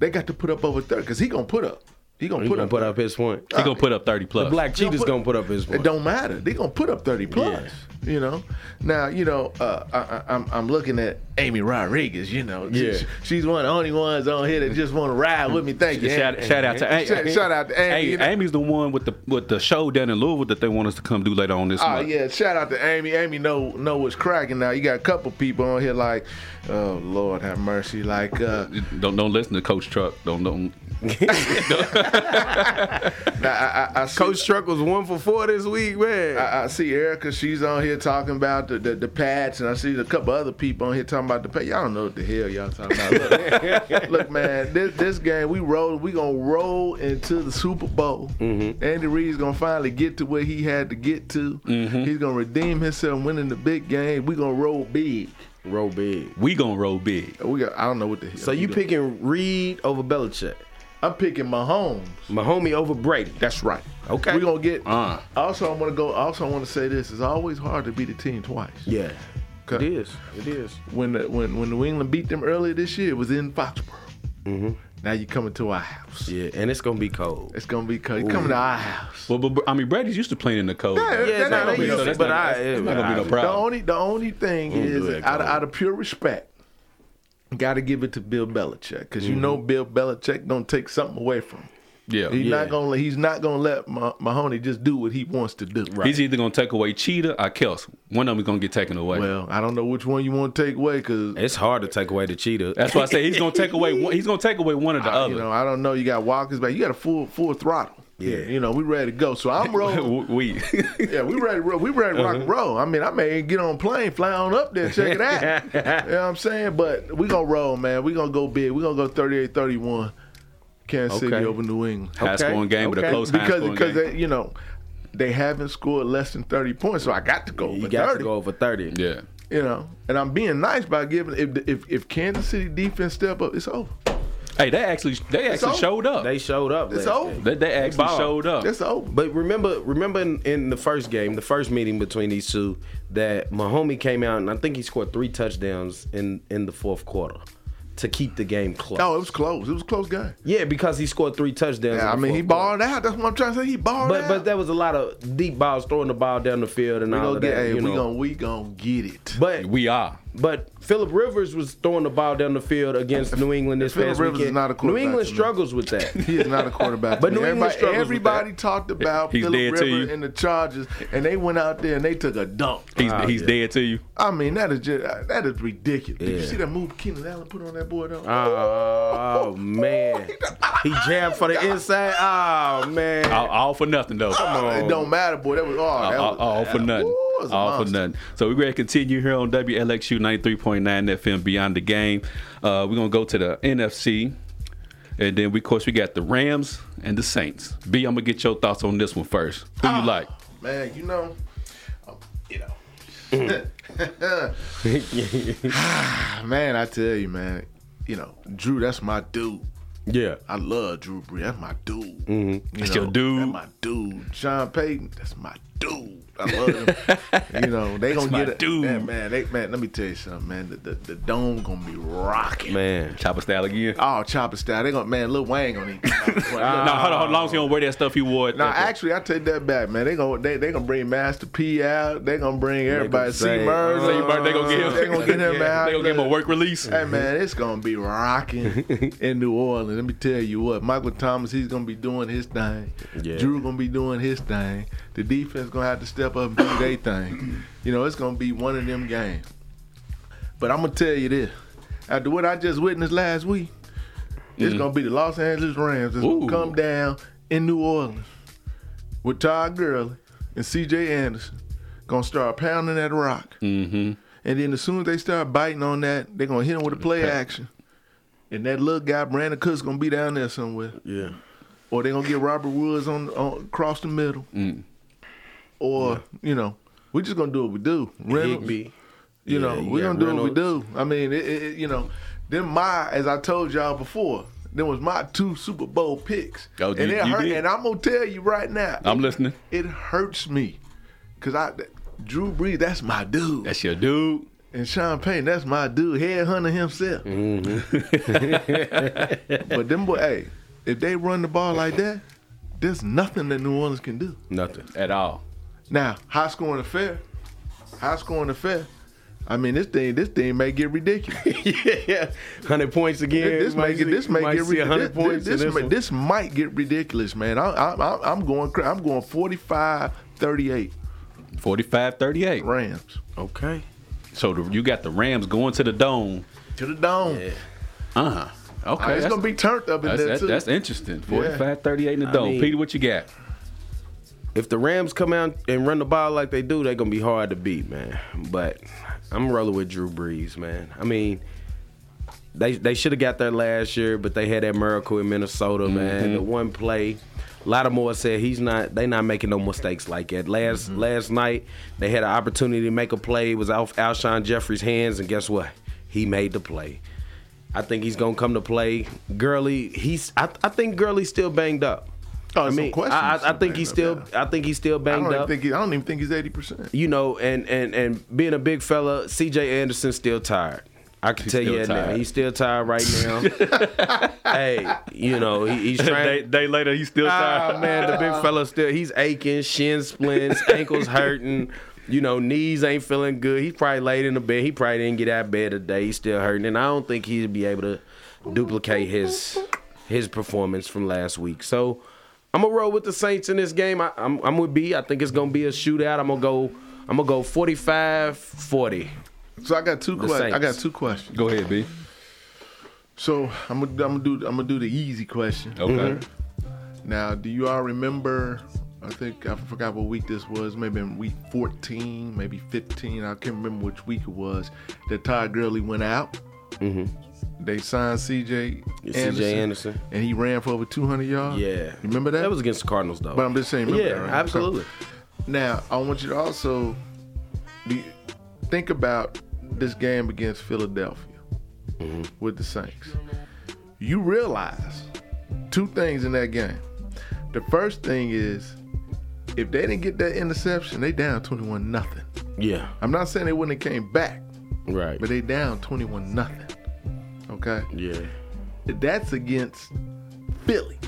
Speaker 3: they got to put up over thirty because he gonna put up. He gonna
Speaker 2: he
Speaker 3: put
Speaker 2: gonna
Speaker 3: up.
Speaker 2: put up his point.
Speaker 1: he gonna put up thirty plus.
Speaker 2: The black cheetah's
Speaker 3: put-
Speaker 2: gonna put up his
Speaker 3: It
Speaker 2: point.
Speaker 3: don't matter. They gonna put up thirty plus. You know. Now you know. Uh, I, I, I'm I'm looking at Amy Rodriguez. You know. She-
Speaker 2: Yeah.
Speaker 3: she- she's one of the only ones on here that just want to ride with me. Thank you.
Speaker 1: Shout,
Speaker 3: Amy.
Speaker 1: shout out to Amy.
Speaker 3: Shout- shout out to Amy, you know.
Speaker 1: Amy's the one with the with the show down in Louisville that they want us to come do later on this
Speaker 3: Oh
Speaker 1: month.
Speaker 3: yeah, shout out to Amy. Amy know know what's cracking now. You got a couple people on here like, oh Lord have mercy, like uh
Speaker 1: Don't don't listen to Coach Truck. Don't don't.
Speaker 3: I, I, I, I see,
Speaker 2: Coach Struck was one for four this week, man.
Speaker 3: <laughs> I, I see Erica, she's on here talking about the, the, the pads, and I see a couple other people on here talking about the pad. Y'all don't know what the hell y'all
Speaker 2: <laughs>
Speaker 3: talking about. Look, look, man, this, this game we roll, we gonna roll into the Super Bowl.
Speaker 2: Mm-hmm.
Speaker 3: Andy Reid's gonna finally get to where he had to get to.
Speaker 2: Mm-hmm.
Speaker 3: He's gonna redeem himself, winning the big game. We gonna roll big.
Speaker 2: Roll big.
Speaker 1: We gonna roll big.
Speaker 3: We got, I don't know what the hell.
Speaker 2: So you
Speaker 3: doing.
Speaker 2: picking Reed over Belichick,
Speaker 3: I'm picking Mahomes.
Speaker 2: Mahomie over Brady.
Speaker 3: That's right.
Speaker 2: Okay.
Speaker 3: We're gonna get
Speaker 1: Uh.
Speaker 3: also I wanna go also I wanna say this, it's always hard to beat a team twice.
Speaker 2: Yeah,
Speaker 3: Okay.
Speaker 2: it is. It is.
Speaker 3: When the, when when New England beat them earlier this year, it was in Foxborough. Now you coming to our house.
Speaker 2: Mm-hmm. Yeah, and it's gonna be cold.
Speaker 3: It's gonna be co- you coming to our house.
Speaker 1: Well, but I mean, Brady's used to playing in the cold.
Speaker 3: Yeah,
Speaker 2: Yeah, no,
Speaker 3: That's not
Speaker 2: they
Speaker 3: gonna be
Speaker 2: used
Speaker 3: no-
Speaker 2: to-
Speaker 1: that's
Speaker 2: but
Speaker 1: not-
Speaker 2: I,
Speaker 1: that's not gonna be no
Speaker 2: I-
Speaker 1: problem.
Speaker 3: The only the only thing
Speaker 2: do
Speaker 3: is
Speaker 2: that,
Speaker 3: out of,
Speaker 2: Cole.
Speaker 3: out of pure respect, gotta give it to Bill Belichick. because you
Speaker 2: Mm-hmm.
Speaker 3: know Bill Belichick gonna take something away from him.
Speaker 1: Yeah.
Speaker 3: He's
Speaker 2: Yeah.
Speaker 3: not gonna let- he's not gonna let Mah- Mahoney just do what he wants to do.
Speaker 1: He's either gonna take away Cheetah or Kels. One of them is gonna get taken away.
Speaker 3: Well, I don't know which one you want to take away because
Speaker 2: It's hard to take away the cheetah.
Speaker 1: That's why I say he's gonna take away. One, he's gonna take away one or the other.
Speaker 3: you know I don't know. You got Walker's back. You got a full full throttle. Yeah. You know, we ready to go. So I'm rolling.
Speaker 1: <laughs> we.
Speaker 3: yeah, we ready to roll. We ready to rock and roll. I mean, I may get on a plane, fly on up there, check it out. you know what I'm saying? But we gonna roll, man. We gonna go big. We gonna go 38-31. Kansas
Speaker 2: Okay.
Speaker 3: City over New England.
Speaker 1: High scoring game with a
Speaker 2: okay.
Speaker 1: close high
Speaker 3: because
Speaker 1: scoring
Speaker 3: because
Speaker 1: game.
Speaker 3: they, you know they haven't scored less than 30 points so i got to go
Speaker 2: You
Speaker 3: over
Speaker 2: got
Speaker 3: 30
Speaker 2: to go over thirty.
Speaker 1: yeah.
Speaker 3: you know and i'm being nice by giving if if, if kansas city defense step up it's over
Speaker 1: Hey, they actually they actually
Speaker 3: over.
Speaker 1: showed up. They
Speaker 2: They showed up.
Speaker 3: it's
Speaker 2: last
Speaker 3: over
Speaker 1: they, actually
Speaker 2: balled.
Speaker 1: showed up.
Speaker 3: it's over
Speaker 2: But remember, remember in, in the first game, the first meeting between these two, that Mahomie came out and I think he scored three touchdowns in in the fourth quarter to keep the game close.
Speaker 3: no it was close it was a close game
Speaker 2: Yeah, because he scored three touchdowns. in
Speaker 3: yeah, i
Speaker 2: the
Speaker 3: mean
Speaker 2: fourth
Speaker 3: he
Speaker 2: quarter.
Speaker 3: balled out that's what i'm trying to say he balled
Speaker 2: But
Speaker 3: out
Speaker 2: but there was a lot of deep balls throwing the ball down the field and
Speaker 3: we
Speaker 2: all
Speaker 3: gonna
Speaker 2: of
Speaker 3: get
Speaker 2: that.
Speaker 3: hey,
Speaker 2: you
Speaker 3: we
Speaker 2: know.
Speaker 3: gonna we gonna get it
Speaker 2: but
Speaker 1: we are.
Speaker 2: but Philip Rivers was throwing the ball down the field against New England this
Speaker 3: Phillip
Speaker 2: past
Speaker 3: Rivers is
Speaker 2: weekend.
Speaker 3: not a
Speaker 2: New
Speaker 3: quarterback
Speaker 2: England
Speaker 3: to me.
Speaker 2: struggles with that.
Speaker 3: <laughs> <laughs> he is not a quarterback.
Speaker 2: But
Speaker 3: to me.
Speaker 2: New England
Speaker 3: everybody,
Speaker 2: struggles with
Speaker 3: everybody talked about
Speaker 1: He's
Speaker 3: Philip
Speaker 1: dead to
Speaker 3: Rivers
Speaker 1: you.
Speaker 3: and the Chargers, and they went out there and they took a dump.
Speaker 1: He's
Speaker 2: Ah,
Speaker 1: he's
Speaker 2: yeah.
Speaker 1: dead to you.
Speaker 3: I mean, that is just that is ridiculous. Did you
Speaker 2: Yeah.
Speaker 3: see that move Keenan Allen put on that boy though?
Speaker 2: Oh man, he jabbed for the inside. Oh man,
Speaker 1: All, all for nothing though.
Speaker 3: it don't matter, boy. That was oh, that
Speaker 1: all,
Speaker 3: was,
Speaker 1: Uh, all for
Speaker 3: that-
Speaker 1: nothing.
Speaker 3: Ooh, that was a
Speaker 1: All for
Speaker 3: monster.
Speaker 1: nothing. So we're going to continue here on WLXU 93.9 FM Beyond the Game. Uh, we're going to go to the NFC. And then, we, of course, we got the Rams and the Saints. B, I'm going to get your thoughts on this one first. Who you like?
Speaker 3: Man, you know, um, you know.
Speaker 1: Mm.
Speaker 3: <laughs> man, I tell you, man, you know, Drew, that's my dude.
Speaker 2: yeah.
Speaker 3: I love Drew Brees. That's my dude.
Speaker 1: Mm-hmm. That's
Speaker 3: know,
Speaker 1: your dude.
Speaker 3: That's my dude. Sean Payton. That's my dude.
Speaker 1: <laughs>
Speaker 3: I love him. you know they gonna
Speaker 1: my
Speaker 3: get it.
Speaker 1: dude.
Speaker 3: Man, man, they, man, let me tell you something, man. The, the, the dome gonna be rocking.
Speaker 2: Man,
Speaker 1: Chopper style again?
Speaker 3: Oh, chopper style. They gonna man, Lil Wayne
Speaker 1: <laughs>
Speaker 3: gonna eat.
Speaker 1: no, hold on. Hold on. As long as you don't wear that stuff you wore. at-
Speaker 3: Now,
Speaker 1: at the-
Speaker 3: Ah. actually, I take that back, man. They gonna they, they gonna bring Master P out. They gonna bring everybody. C
Speaker 2: say,
Speaker 3: Merz.
Speaker 1: Say uh-huh. you burn- they gonna get him.
Speaker 3: uh, They gonna get him out.
Speaker 1: They gonna give him a work release.
Speaker 3: Hey man, it's gonna be rocking in New Orleans. Let me tell you what, Michael Thomas, he's gonna be doing his thing.
Speaker 2: Yeah.
Speaker 3: Drew gonna be doing his thing. The defense gonna have to step up and do their thing. You know, it's gonna be one of them games. But I'm gonna tell you this: after what I just witnessed last week, it's gonna be the Los Angeles Rams that's
Speaker 1: Ooh.
Speaker 3: gonna come down in New Orleans with Todd Gurley and C.J. Anderson. Gonna start pounding that rock. And then as soon as they start biting on that, they're gonna hit him with a play action. And that little guy Brandon Cook's gonna be down there somewhere.
Speaker 2: yeah.
Speaker 3: Or they're gonna get Robert Woods on, on across the middle. Or, you know, we're just gonna do what we do. Reynolds,
Speaker 2: Higby.
Speaker 3: You know,
Speaker 2: Yeah, you
Speaker 3: we're
Speaker 2: got
Speaker 3: gonna do what we do. I mean, it, it, it- you know, then my as I told y'all before, there was my two Super Bowl picks.
Speaker 1: Oh,
Speaker 3: and
Speaker 1: you-
Speaker 3: it
Speaker 1: you
Speaker 3: hurt
Speaker 1: did.
Speaker 3: and I'm gonna tell you right now,
Speaker 1: I'm listening.
Speaker 3: it hurts me. Cause I Drew Brees, that's my dude.
Speaker 1: That's your
Speaker 3: <laughs>
Speaker 1: dude.
Speaker 3: And Sean Payne, that's my dude, headhunter himself.
Speaker 1: Mm-hmm. <laughs>
Speaker 3: but them boy, hey, if they run the ball like that, there's nothing that New Orleans can do.
Speaker 2: Nothing.
Speaker 1: At all.
Speaker 3: Now, high scoring affair, high scoring affair. I mean, this thing, this thing may get ridiculous.
Speaker 2: <laughs>
Speaker 3: This-
Speaker 2: yeah, hundred points again.
Speaker 3: this may, get, this may
Speaker 2: might
Speaker 3: get
Speaker 2: see
Speaker 3: ridiculous.
Speaker 2: 100 points.
Speaker 3: This,
Speaker 2: in
Speaker 3: may-
Speaker 2: one.
Speaker 3: this might get ridiculous, man. I, I, I, I'm going, cra- I'm going 45-38
Speaker 1: 45 38.
Speaker 3: Rams
Speaker 2: okay.
Speaker 1: So the, you got the Rams going to the dome.
Speaker 3: to the dome.
Speaker 1: Uh huh. Okay.
Speaker 3: it's
Speaker 1: that's-
Speaker 3: gonna be turned up in
Speaker 1: That's,
Speaker 3: there
Speaker 1: that's,
Speaker 3: too.
Speaker 1: that's interesting. 45 38 in the dome.
Speaker 2: mean-
Speaker 1: Peter, what you got?
Speaker 2: If the Rams come out and run the ball like they do, they're gonna be hard to beat, man. But I'm rolling with Drew Brees, man. I mean, they they should have got there last year, but they had that miracle in Minnesota,
Speaker 3: Mm-hmm.
Speaker 2: man. The one play. Lattimore said he's not. They not making no mistakes like that. Last
Speaker 3: Mm-hmm.
Speaker 2: last night they had an opportunity to make a play. It was off Alshon Jeffrey's hands, and guess what? He made the play. I think he's gonna come to play. Gurley, he's. I, I think Gurley's still banged up.
Speaker 3: Oh,
Speaker 2: I
Speaker 3: some
Speaker 2: mean,
Speaker 3: questions
Speaker 2: I, I, I
Speaker 3: still
Speaker 2: think
Speaker 3: banged
Speaker 2: he's
Speaker 3: up,
Speaker 2: still. I think he's still
Speaker 3: I
Speaker 2: banged
Speaker 3: don't even
Speaker 2: up
Speaker 3: think he, I don't even think he's eighty percent.
Speaker 2: you know, and and and being a big fella, C.J. Anderson's still tired. I can tell you
Speaker 1: still
Speaker 2: that now.
Speaker 1: tired.
Speaker 2: He's still tired right
Speaker 1: <laughs>
Speaker 2: now. hey, you know, he, he's trying.
Speaker 1: day later, he's still
Speaker 3: <laughs>
Speaker 2: Ah, man, the big fella still. He's aching, shin splints, ankles hurting. You know, knees ain't feeling good. He's probably laid in the bed. He probably didn't get out of bed today. He's still hurting, and I don't think he'd be able to duplicate his his performance from last week. So I'm gonna roll with the Saints in this game. I, I'm I'm with B. I think it's gonna be a shootout. I'm gonna go. I'm gonna go 45 40.
Speaker 3: So I got two
Speaker 2: The
Speaker 3: questions. I got
Speaker 2: Saints.
Speaker 3: two questions.
Speaker 1: Go ahead, B. Mm-hmm.
Speaker 3: So I'm gonna I'm gonna do I'm gonna do the easy question.
Speaker 1: Okay.
Speaker 3: Now, do you all remember? I think I forgot what week this was. Maybe in week 14, maybe 15. I can't remember which week it was. That Todd Gurley went out. They signed C.J.
Speaker 2: Mm-hmm. Yeah, C.J. Anderson.
Speaker 3: and he ran for over 200 yards.
Speaker 2: Yeah.
Speaker 3: remember that?
Speaker 2: That was against the Cardinals, though.
Speaker 3: But I'm just saying. remember
Speaker 2: yeah,
Speaker 3: that, right? So-
Speaker 2: absolutely.
Speaker 3: now, I want you to also do you- think about this game against Philadelphia with the Saints. You realize two things in that game. The first thing is if they didn't get that interception, they down 21 nothing.
Speaker 2: Yeah,
Speaker 3: I'm not saying they wouldn't have came back,
Speaker 2: right.
Speaker 3: but they down 21 nothing. Okay?
Speaker 2: yeah,
Speaker 3: That's against Philly.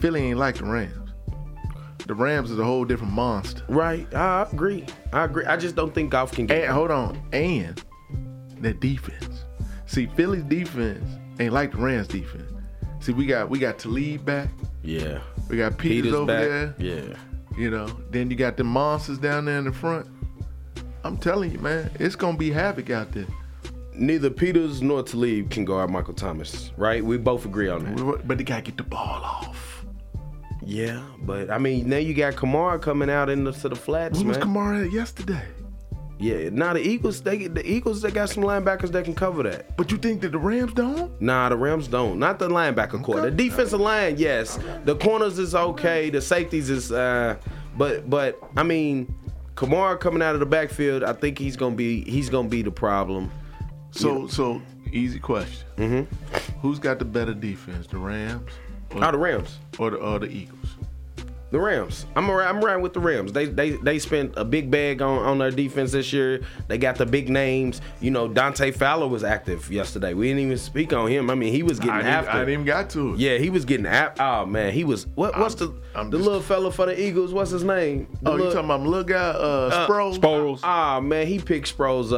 Speaker 3: Philly ain't like the Rams. The Rams is a whole different monster.
Speaker 2: right. I agree. I agree. I just don't think golf can get.
Speaker 3: And hold on, and the defense. See, Philly's defense ain't like the Rams' defense. See, we got we got Talib back.
Speaker 2: yeah,
Speaker 3: We got Peters,
Speaker 2: Peter's
Speaker 3: over
Speaker 2: back.
Speaker 3: there.
Speaker 2: Yeah,
Speaker 3: You know, then you got the monsters down there in the front. I'm telling you, man, it's gonna be havoc out there.
Speaker 2: neither Peters nor Talib can guard Michael Thomas. Right? We both agree on that.
Speaker 3: But they gotta get the ball off.
Speaker 2: Yeah, but I mean, now you got Kamara coming out into the flats,
Speaker 3: Who was
Speaker 2: man.
Speaker 3: Kamara at yesterday?
Speaker 2: Yeah, now the Eagles, they the Eagles, they got some linebackers that can cover that.
Speaker 3: But you think that the Rams don't?
Speaker 2: Nah, the Rams don't. Not the linebacker core. The defensive line, yes. The corners is okay. The safeties is, uh, but but I mean, Kamara coming out of the backfield, I think he's gonna be he's gonna be the problem.
Speaker 3: So so easy question.
Speaker 2: Mm-hmm.
Speaker 3: Who's got the better defense, the Rams or,
Speaker 2: Oh, the Rams.
Speaker 3: or the or the Eagles?
Speaker 2: The Rams. I'm around, I'm around with the Rams. They they they spent a big bag on, on their defense this year. They got the big names. You know, Dante Fowler was active yesterday. We didn't even speak on him. I mean, he was getting
Speaker 3: I didn't,
Speaker 2: after.
Speaker 3: I didn't even got to it.
Speaker 2: Yeah, he was getting app. Oh man, he was. What, what's the
Speaker 3: I'm
Speaker 2: the
Speaker 3: just-
Speaker 2: little fella for the Eagles? What's his name? The
Speaker 3: Oh, you
Speaker 2: little-
Speaker 3: talking about the little guy, uh, Sproles?
Speaker 1: Sporos.
Speaker 2: Ah man, he picked Sproles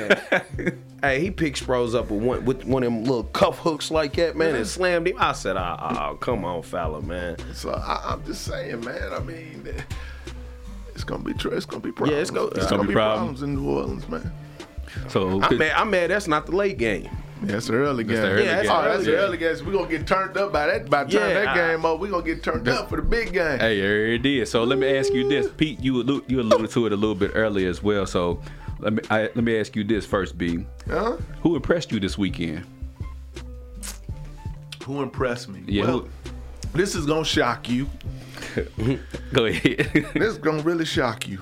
Speaker 3: <laughs>
Speaker 2: up, man. hey, he picked Sproles up with one with one of them little cuff hooks like that, man, and slammed him. I said, oh, oh come on, fella, man.
Speaker 3: So I, I'm just saying, man. I mean, eh, it's gonna be tr- it's gonna be problems.
Speaker 2: Yeah, it's go- it's
Speaker 1: gonna be problem.
Speaker 3: problems in New Orleans, man.
Speaker 1: So
Speaker 2: I'm mad. I'm mad. That's not the late game.
Speaker 3: Yeah, it's the early game.
Speaker 1: the early
Speaker 2: Yeah, that's game.
Speaker 3: oh,
Speaker 2: the
Speaker 3: that's
Speaker 2: early
Speaker 3: the early game. We're gonna get turned up by that. By the time
Speaker 2: Yeah,
Speaker 3: that
Speaker 2: I-
Speaker 3: game up, we're gonna get turned up for the big game.
Speaker 1: Hey, there it is. So let me ask you this, Pete. You allu- you alluded to it a little bit earlier as well. So let me I, let me ask you this first, B.
Speaker 3: Huh?
Speaker 1: Who impressed you this weekend?
Speaker 3: Who impressed me?
Speaker 1: Yeah,
Speaker 3: Well,
Speaker 1: who-
Speaker 3: this is gonna shock you.
Speaker 1: Go ahead.
Speaker 3: This is gonna really shock you.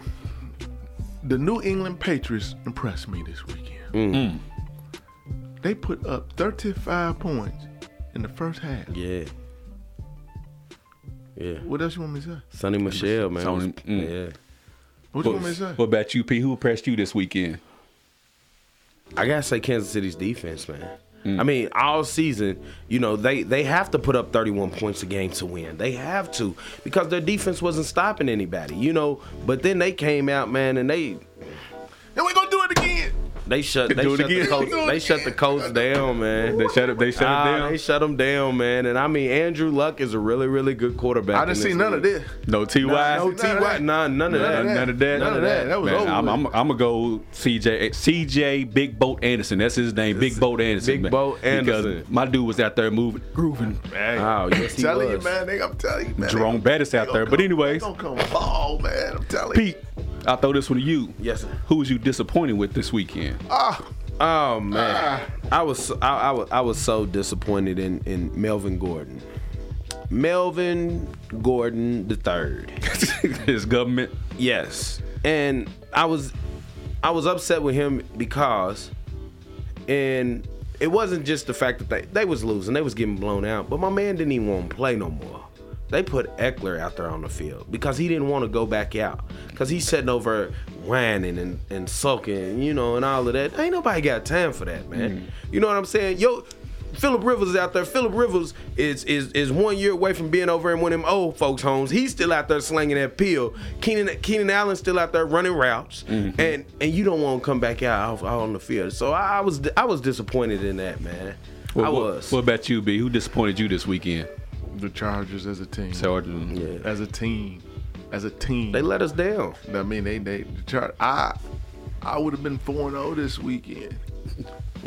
Speaker 3: The New England Patriots impressed me this weekend.
Speaker 1: Mm.
Speaker 3: They put up 35 points in the first half.
Speaker 2: Yeah. Yeah.
Speaker 3: What else you want me to say?
Speaker 2: Sonny Michelle, man.
Speaker 1: Sonny-
Speaker 2: was-
Speaker 1: mm.
Speaker 3: What you want me to say?
Speaker 1: what about you, Pete? Who impressed you this weekend?
Speaker 2: Yeah. I gotta say Kansas City's defense, man.
Speaker 1: Mm.
Speaker 2: I mean, all season, you know, they they have to put up 31 points a game to win. They have to because their defense wasn't stopping anybody, you know. But then they came out, man, and they
Speaker 3: and we're gonna do it again.
Speaker 2: they shut
Speaker 1: <laughs>
Speaker 2: they
Speaker 1: Do it
Speaker 2: shut the
Speaker 1: again.
Speaker 2: coach,
Speaker 3: Do it
Speaker 2: they shut the
Speaker 3: again.
Speaker 2: coach down, man.
Speaker 1: They shut up. They shut
Speaker 2: Ah,
Speaker 1: it down.
Speaker 2: They shut him down, man. And I mean, Andrew Luck is a really, really good quarterback.
Speaker 3: I didn't
Speaker 2: in
Speaker 3: see none of
Speaker 2: league.
Speaker 3: this.
Speaker 1: no Ty.
Speaker 3: No
Speaker 2: T.Y. Nah, none of that.
Speaker 1: None, of that.
Speaker 3: None of that. That was
Speaker 1: Man,
Speaker 3: over.
Speaker 1: I'm,
Speaker 3: with.
Speaker 1: I'm, I'm gonna go CJ CJ Big Boat Anderson. That's his name. Big Boat Anderson.
Speaker 2: Big
Speaker 1: man.
Speaker 2: Boat
Speaker 1: Because
Speaker 2: Anderson.
Speaker 1: my dude was out there moving, grooving.
Speaker 3: Hey,
Speaker 2: Oh, yes,
Speaker 3: I'm
Speaker 2: he
Speaker 3: telling you,
Speaker 2: was.
Speaker 3: man. They, I'm telling you, man.
Speaker 1: Jerome
Speaker 3: they-
Speaker 1: Bettis out
Speaker 3: they
Speaker 1: there.
Speaker 3: gonna
Speaker 1: But
Speaker 3: come-
Speaker 1: anyways.
Speaker 3: they gonna come ball, man. I'm telling you.
Speaker 1: Pete, I throw this one to you.
Speaker 2: Yes, sir.
Speaker 1: Who was you disappointed with this weekend? <laughs>
Speaker 3: Ah,
Speaker 2: Oh man, I was so- I, I was I was so disappointed in in Melvin Gordon, Melvin Gordon the third.
Speaker 1: His government.
Speaker 2: Yes, and I was I was upset with him because, and it wasn't just the fact that they they was losing, they was getting blown out, but my man didn't even want to play no more. They put Eckler out there on the field because he didn't want to go back out because he's sitting over whining and, and sulking, you know, and all of that. Ain't nobody got time for that, man. You know what I'm saying? Yo, Philip Rivers is out there. Philip Rivers is is is one year away from being over in one of them old folks' homes. He's still out there slinging that pill. Keenan Keenan Allen's still out there running routes,
Speaker 3: Mm-hmm.
Speaker 2: and and you don't want to come back out, out on the field. So I, I was I was disappointed in that man. I
Speaker 1: what,
Speaker 2: was.
Speaker 1: What about you, B? Who disappointed you this weekend?
Speaker 3: the Chargers as a team.
Speaker 1: Sergeant.
Speaker 2: Yeah.
Speaker 3: as a team, as a team.
Speaker 2: They let us down.
Speaker 3: I mean, they they the Char- I I would have been four four zero oh this weekend.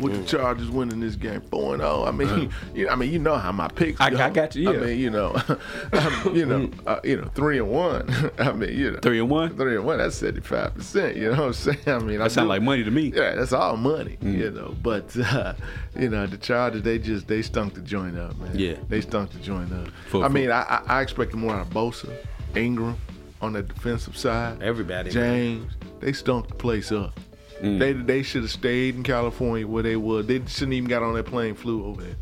Speaker 3: with
Speaker 1: Mm.
Speaker 3: the Chargers winning this game 4 0. I mean, <laughs> you, I mean, you know how my picks.
Speaker 1: Uh. I-
Speaker 3: go.
Speaker 1: I got you, yeah. Mm.
Speaker 3: I mean, you know, <laughs> I mean, you know, uh, you know, three and one. <laughs> I mean, you know,
Speaker 1: Three and one?
Speaker 3: three and one. That's seventy five percent. You know what I'm saying? I mean, I
Speaker 1: That sound
Speaker 3: do-
Speaker 1: like Mm. money to me.
Speaker 3: Yeah, that's all money. You know, but uh, you know, the Chargers they just they stunk the joint up, man.
Speaker 2: Yeah.
Speaker 3: they stunk the joint up.
Speaker 1: For-
Speaker 3: I
Speaker 1: for-
Speaker 3: mean, I, I I expected more out of Bosa, Ingram, on the defensive side.
Speaker 2: Everybody.
Speaker 3: James, they stunk the place up.
Speaker 1: Mm.
Speaker 3: They they should have stayed in California where they were. They shouldn't even got on that plane, flew over there.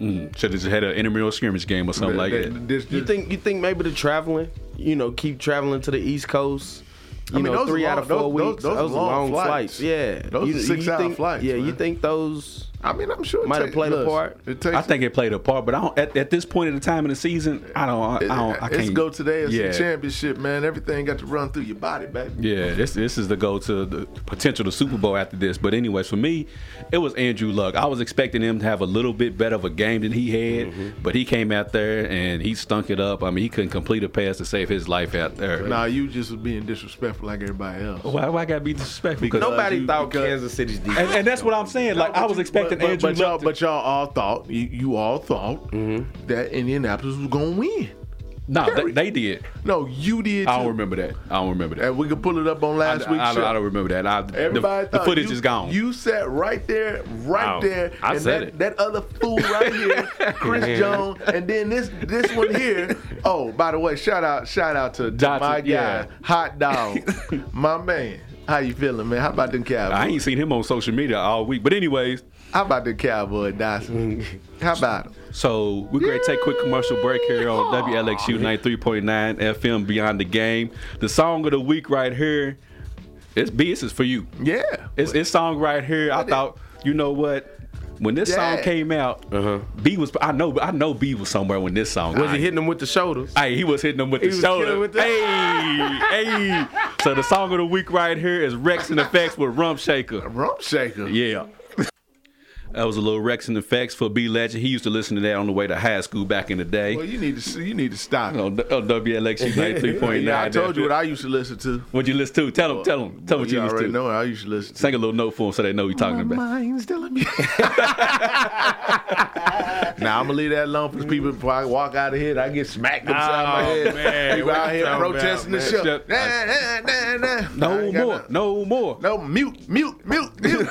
Speaker 1: Should have Mm. just had an intramural scrimmage game or something like
Speaker 3: They-
Speaker 1: that.
Speaker 3: this-
Speaker 2: You
Speaker 3: this-
Speaker 2: think you think maybe the traveling, you know, keep traveling to the East Coast. You
Speaker 3: mean,
Speaker 2: know,
Speaker 3: those
Speaker 2: three
Speaker 3: are
Speaker 2: out of
Speaker 3: long-
Speaker 2: four
Speaker 3: those-
Speaker 2: weeks.
Speaker 3: those- those are
Speaker 2: are
Speaker 3: long
Speaker 2: long
Speaker 3: flights.
Speaker 2: flights. Yeah,
Speaker 3: Those
Speaker 2: you,
Speaker 3: are six-hour
Speaker 2: think-
Speaker 3: flights,
Speaker 2: Yeah, you
Speaker 3: man.
Speaker 2: think those?
Speaker 3: I mean, I'm sure it
Speaker 2: Might have
Speaker 3: take-
Speaker 2: played a
Speaker 3: look,
Speaker 2: part.
Speaker 3: It takes,
Speaker 1: I think it played a part, but I don't, at, at this point in the time in the season, I don't. I, don't, I can't.
Speaker 3: it's go today. It's
Speaker 1: yeah,
Speaker 3: the championship, man. Everything got to run through your body, baby.
Speaker 1: Yeah, this this is the go to the potential to Super Bowl after this. But anyways, for me, it was Andrew Luck. I was expecting him to have a little bit better of a game than he had,
Speaker 3: Mm-hmm.
Speaker 1: but he came out there and he stunk it up. I mean, he couldn't complete a pass to save his life out there.
Speaker 3: Nah, you just was being disrespectful like everybody else.
Speaker 1: Why, why I gotta be disrespectful? 'Cause-
Speaker 2: Nobody
Speaker 3: you-
Speaker 2: thought
Speaker 3: because-
Speaker 2: Kansas City's defense.
Speaker 1: and, and that's what I'm saying. Like I was expecting
Speaker 3: but, but,
Speaker 1: Andrew
Speaker 3: but y'all,
Speaker 1: Luck. to-
Speaker 3: but y'all all thought you, you all thought
Speaker 1: Mm-hmm.
Speaker 3: that Indianapolis was gonna win.
Speaker 1: nah, they, they did.
Speaker 3: No, you did.
Speaker 1: I
Speaker 3: too.
Speaker 1: don't remember that. I don't remember that.
Speaker 3: And we can pull it up on
Speaker 1: I,
Speaker 3: last week's
Speaker 1: I, I,
Speaker 3: show.
Speaker 1: don't, I don't remember that. I, the-
Speaker 3: Everybody
Speaker 1: the,
Speaker 3: thought
Speaker 1: footage
Speaker 3: you-
Speaker 1: is gone.
Speaker 3: You sat right there, right
Speaker 2: Oh,
Speaker 3: there,
Speaker 2: I
Speaker 3: and
Speaker 2: said
Speaker 3: that,
Speaker 2: it.
Speaker 3: that other fool
Speaker 1: <laughs>
Speaker 3: right here, Chris Jones, and then this this one here. Oh, by the way, shout out shout out to, to
Speaker 1: Dotson,
Speaker 3: my guy,
Speaker 1: yeah. <laughs>
Speaker 3: Hot Dog, my man. How you feeling, man? How about them
Speaker 1: I
Speaker 3: Cowboys?
Speaker 1: ain't seen him on social media all week. But anyways,
Speaker 3: How about the
Speaker 1: <laughs>
Speaker 3: Cowboy Dotson? How about him?
Speaker 1: So we're going to take a quick commercial break here on WLXU 93.9 FM Beyond the Game. The song of the week right here, it's B, this is for you.
Speaker 3: Yeah.
Speaker 1: It's it's song right here. I
Speaker 3: What
Speaker 1: thought, you know what? When this
Speaker 3: Yeah.
Speaker 1: song came out, B was I know I know B was somewhere when this song
Speaker 2: Was he hitting them with the shoulders?
Speaker 1: Hey, he was hitting them with the
Speaker 2: was
Speaker 1: shoulder.
Speaker 2: killing with the-
Speaker 1: hey, hey. So the song of the week right here is Rex and Effects with Rump Shaker.
Speaker 3: Rump shaker.
Speaker 1: Yeah. That was a little Rex and effects for B Legend. He used to listen to that on the way to high school back in the day.
Speaker 3: Well, you need to see, you need to stop. it.
Speaker 1: on, on WLXU 93.9.
Speaker 3: <laughs> Yeah, I told you what I used to listen to.
Speaker 1: What'd you listen to? Tell them, tell them, tell them what
Speaker 3: you
Speaker 1: you listen
Speaker 3: already
Speaker 1: to.
Speaker 3: know. what I used to listen to.
Speaker 1: Sing a little note for them so they know what you're talking
Speaker 3: My
Speaker 1: about.
Speaker 3: mind's telling me. now I'm gonna leave that alone because people probably walk out of here. and I get smacked upside my
Speaker 1: Oh,
Speaker 3: head.
Speaker 1: man,
Speaker 3: people
Speaker 1: what
Speaker 3: out
Speaker 1: you
Speaker 3: here
Speaker 1: talking
Speaker 3: protesting
Speaker 1: about,
Speaker 3: the show.
Speaker 1: man?
Speaker 3: Nah, nah, nah, nah. I
Speaker 1: No
Speaker 3: ain't got
Speaker 1: more,
Speaker 3: nothing.
Speaker 1: no more.
Speaker 3: No mute, mute, mute, mute.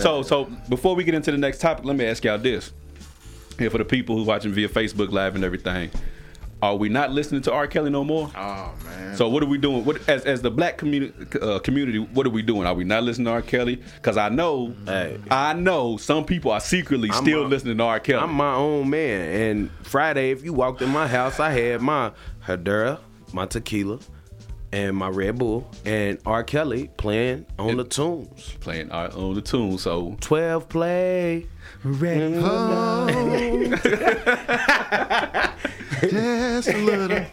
Speaker 1: So, so before we get into the next topic, let me ask y'all this. Here for the people who watching via Facebook Live and everything, are we not listening to R. Kelly no more?
Speaker 3: oh man.
Speaker 1: <laughs> So what are we doing? What as as the black community uh, community? What are we doing? Are we not listening to R. Kelly? Because I know,
Speaker 2: Hey.
Speaker 1: I know some people are secretly still
Speaker 2: a-
Speaker 1: listening to R. Kelly.
Speaker 2: I'm my own man. And Friday, if you walked in my house, I had my Hadura, my tequila, and my Red Bull, and R. Kelly playing on the tunes.
Speaker 1: playing our own the tune.
Speaker 2: <laughs>
Speaker 1: So
Speaker 2: 12 play. Mm-hmm. Red
Speaker 3: Just a little.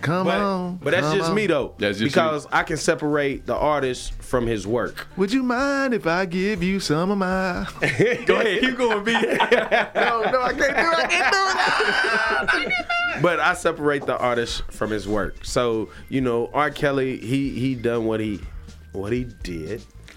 Speaker 3: Come on.
Speaker 2: But, but that's
Speaker 3: come
Speaker 2: just
Speaker 3: on.
Speaker 2: me though,
Speaker 1: That's just
Speaker 2: because I can separate the artist from his work.
Speaker 3: Would you mind if I give you some
Speaker 1: <laughs>
Speaker 3: of my?
Speaker 1: go ahead, keep going, B.
Speaker 3: no, no, I can't do it. I can't do it.
Speaker 2: But I separate the artist from his work. So you know, R. Kelly, he he done what he what he did. <laughs>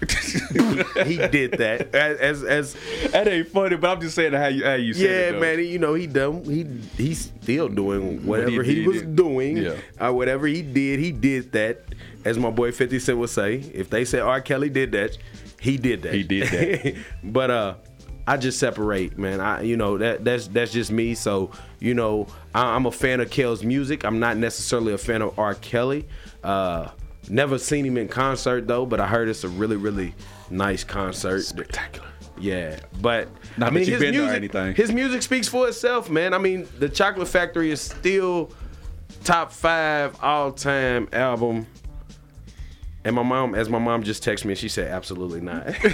Speaker 2: he did that as as, as
Speaker 1: that ain't funny, but I'm just saying how you how you said
Speaker 2: yeah,
Speaker 1: it. though.
Speaker 2: man. You know, he done. He he's still doing whatever
Speaker 1: What he
Speaker 2: he,
Speaker 1: did,
Speaker 2: was
Speaker 1: yeah.
Speaker 2: doing.
Speaker 1: Yeah.
Speaker 2: Uh, whatever he did, he did that. As my boy Fifty Cent would say, if they say R. Kelly did that, he did that.
Speaker 1: He did that.
Speaker 2: <laughs> but uh, I just separate, man. I you know that that's that's just me. So you know, I, I'm a fan of Kel's music. I'm not necessarily a fan of R. Kelly. Uh, never seen him in concert though, but I heard it's a really really nice concert. Spectacular. Yeah, but
Speaker 1: Not
Speaker 2: I
Speaker 1: that
Speaker 2: mean
Speaker 1: you've
Speaker 2: his
Speaker 1: been there or
Speaker 2: music,
Speaker 1: anything.
Speaker 2: his music speaks for itself, man. I mean, the Chocolate Factory is still top five all time album. And my mom, as my mom just texted me, she said, "Absolutely not." <laughs>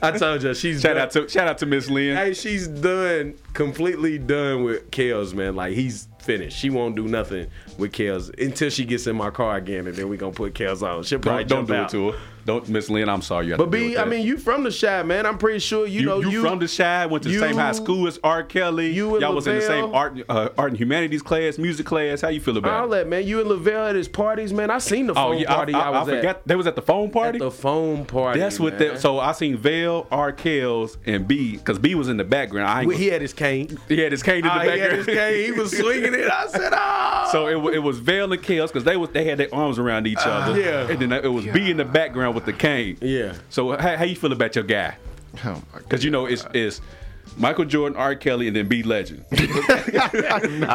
Speaker 2: I told you she's
Speaker 1: Shout
Speaker 2: done-
Speaker 1: out to shout out to Miss Lynn.
Speaker 2: Hey, she's done, completely done with Kels, man. Like he's finished. She won't do nothing with Kels until she gets in my car again, and then we gonna put Kels on. She'll probably
Speaker 1: don't
Speaker 2: jump
Speaker 1: do it
Speaker 2: out.
Speaker 1: to her. Don't miss Lynn. I'm sorry. You have to
Speaker 2: But
Speaker 1: deal
Speaker 2: B,
Speaker 1: with
Speaker 2: I
Speaker 1: that.
Speaker 2: mean, you from the shy, man. I'm pretty sure you,
Speaker 1: You,
Speaker 2: know
Speaker 1: you,
Speaker 2: you,
Speaker 1: from the shy, went to the same high
Speaker 2: you-
Speaker 1: school as R. Kelly.
Speaker 2: you and
Speaker 1: all was in the
Speaker 2: Lavelle.
Speaker 1: same art, uh, art and humanities class, music class. How you feel
Speaker 2: all
Speaker 1: about it?
Speaker 2: that, man. You and Lavelle at his parties, man. I seen the
Speaker 1: Oh
Speaker 2: phone
Speaker 1: yeah, I,
Speaker 2: party I,
Speaker 1: I- I
Speaker 2: was at.
Speaker 1: forgot they was at the phone party.
Speaker 2: At the phone party.
Speaker 1: That's what
Speaker 2: man.
Speaker 1: that. So I seen Vale, R. Kells, and B, because B was in the background. I ain't
Speaker 2: Well, he had his cane.
Speaker 1: he had his cane in the
Speaker 2: Ah, he
Speaker 1: background.
Speaker 2: had his cane. He was swinging it. I said, "Ah."
Speaker 1: <laughs> So it, wa- it was Vale and Kels because they was they had their arms around each other.
Speaker 2: yeah.
Speaker 1: And then it was B in the background with the cane.
Speaker 2: Yeah.
Speaker 1: So how, how you feel about your guy?
Speaker 3: Oh my
Speaker 1: Because you know it's it's Michael Jordan, R. Kelly, and then B <laughs> Legend. <laughs>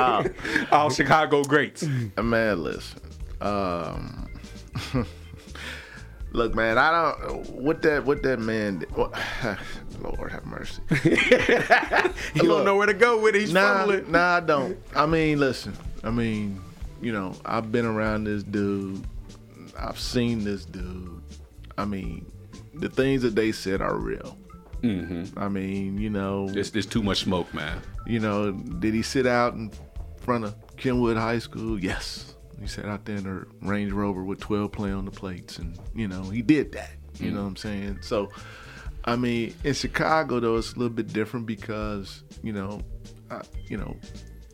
Speaker 1: All Chicago greats.
Speaker 3: Uh, Man, listen. Um, <laughs> look, man, I don't. What that? What that man? Did, what, <sighs> Lord have mercy.
Speaker 2: he don't know where to go with it. He's
Speaker 3: Nah,
Speaker 2: fumbling.
Speaker 3: nah, I don't. I mean, listen. I mean, you know, I've been around this dude. I've seen this dude. I mean, the things that they said are real. I mean, you know,
Speaker 1: It's, it's too much smoke, man.
Speaker 3: you know, did he sit out in front of Kenwood High School? Yes. He sat out there in a Range Rover with 12 play on the plates, and, you know, he did that. You know what I'm saying? So, I mean, in Chicago, though, it's a little bit different because, you know, I, you know,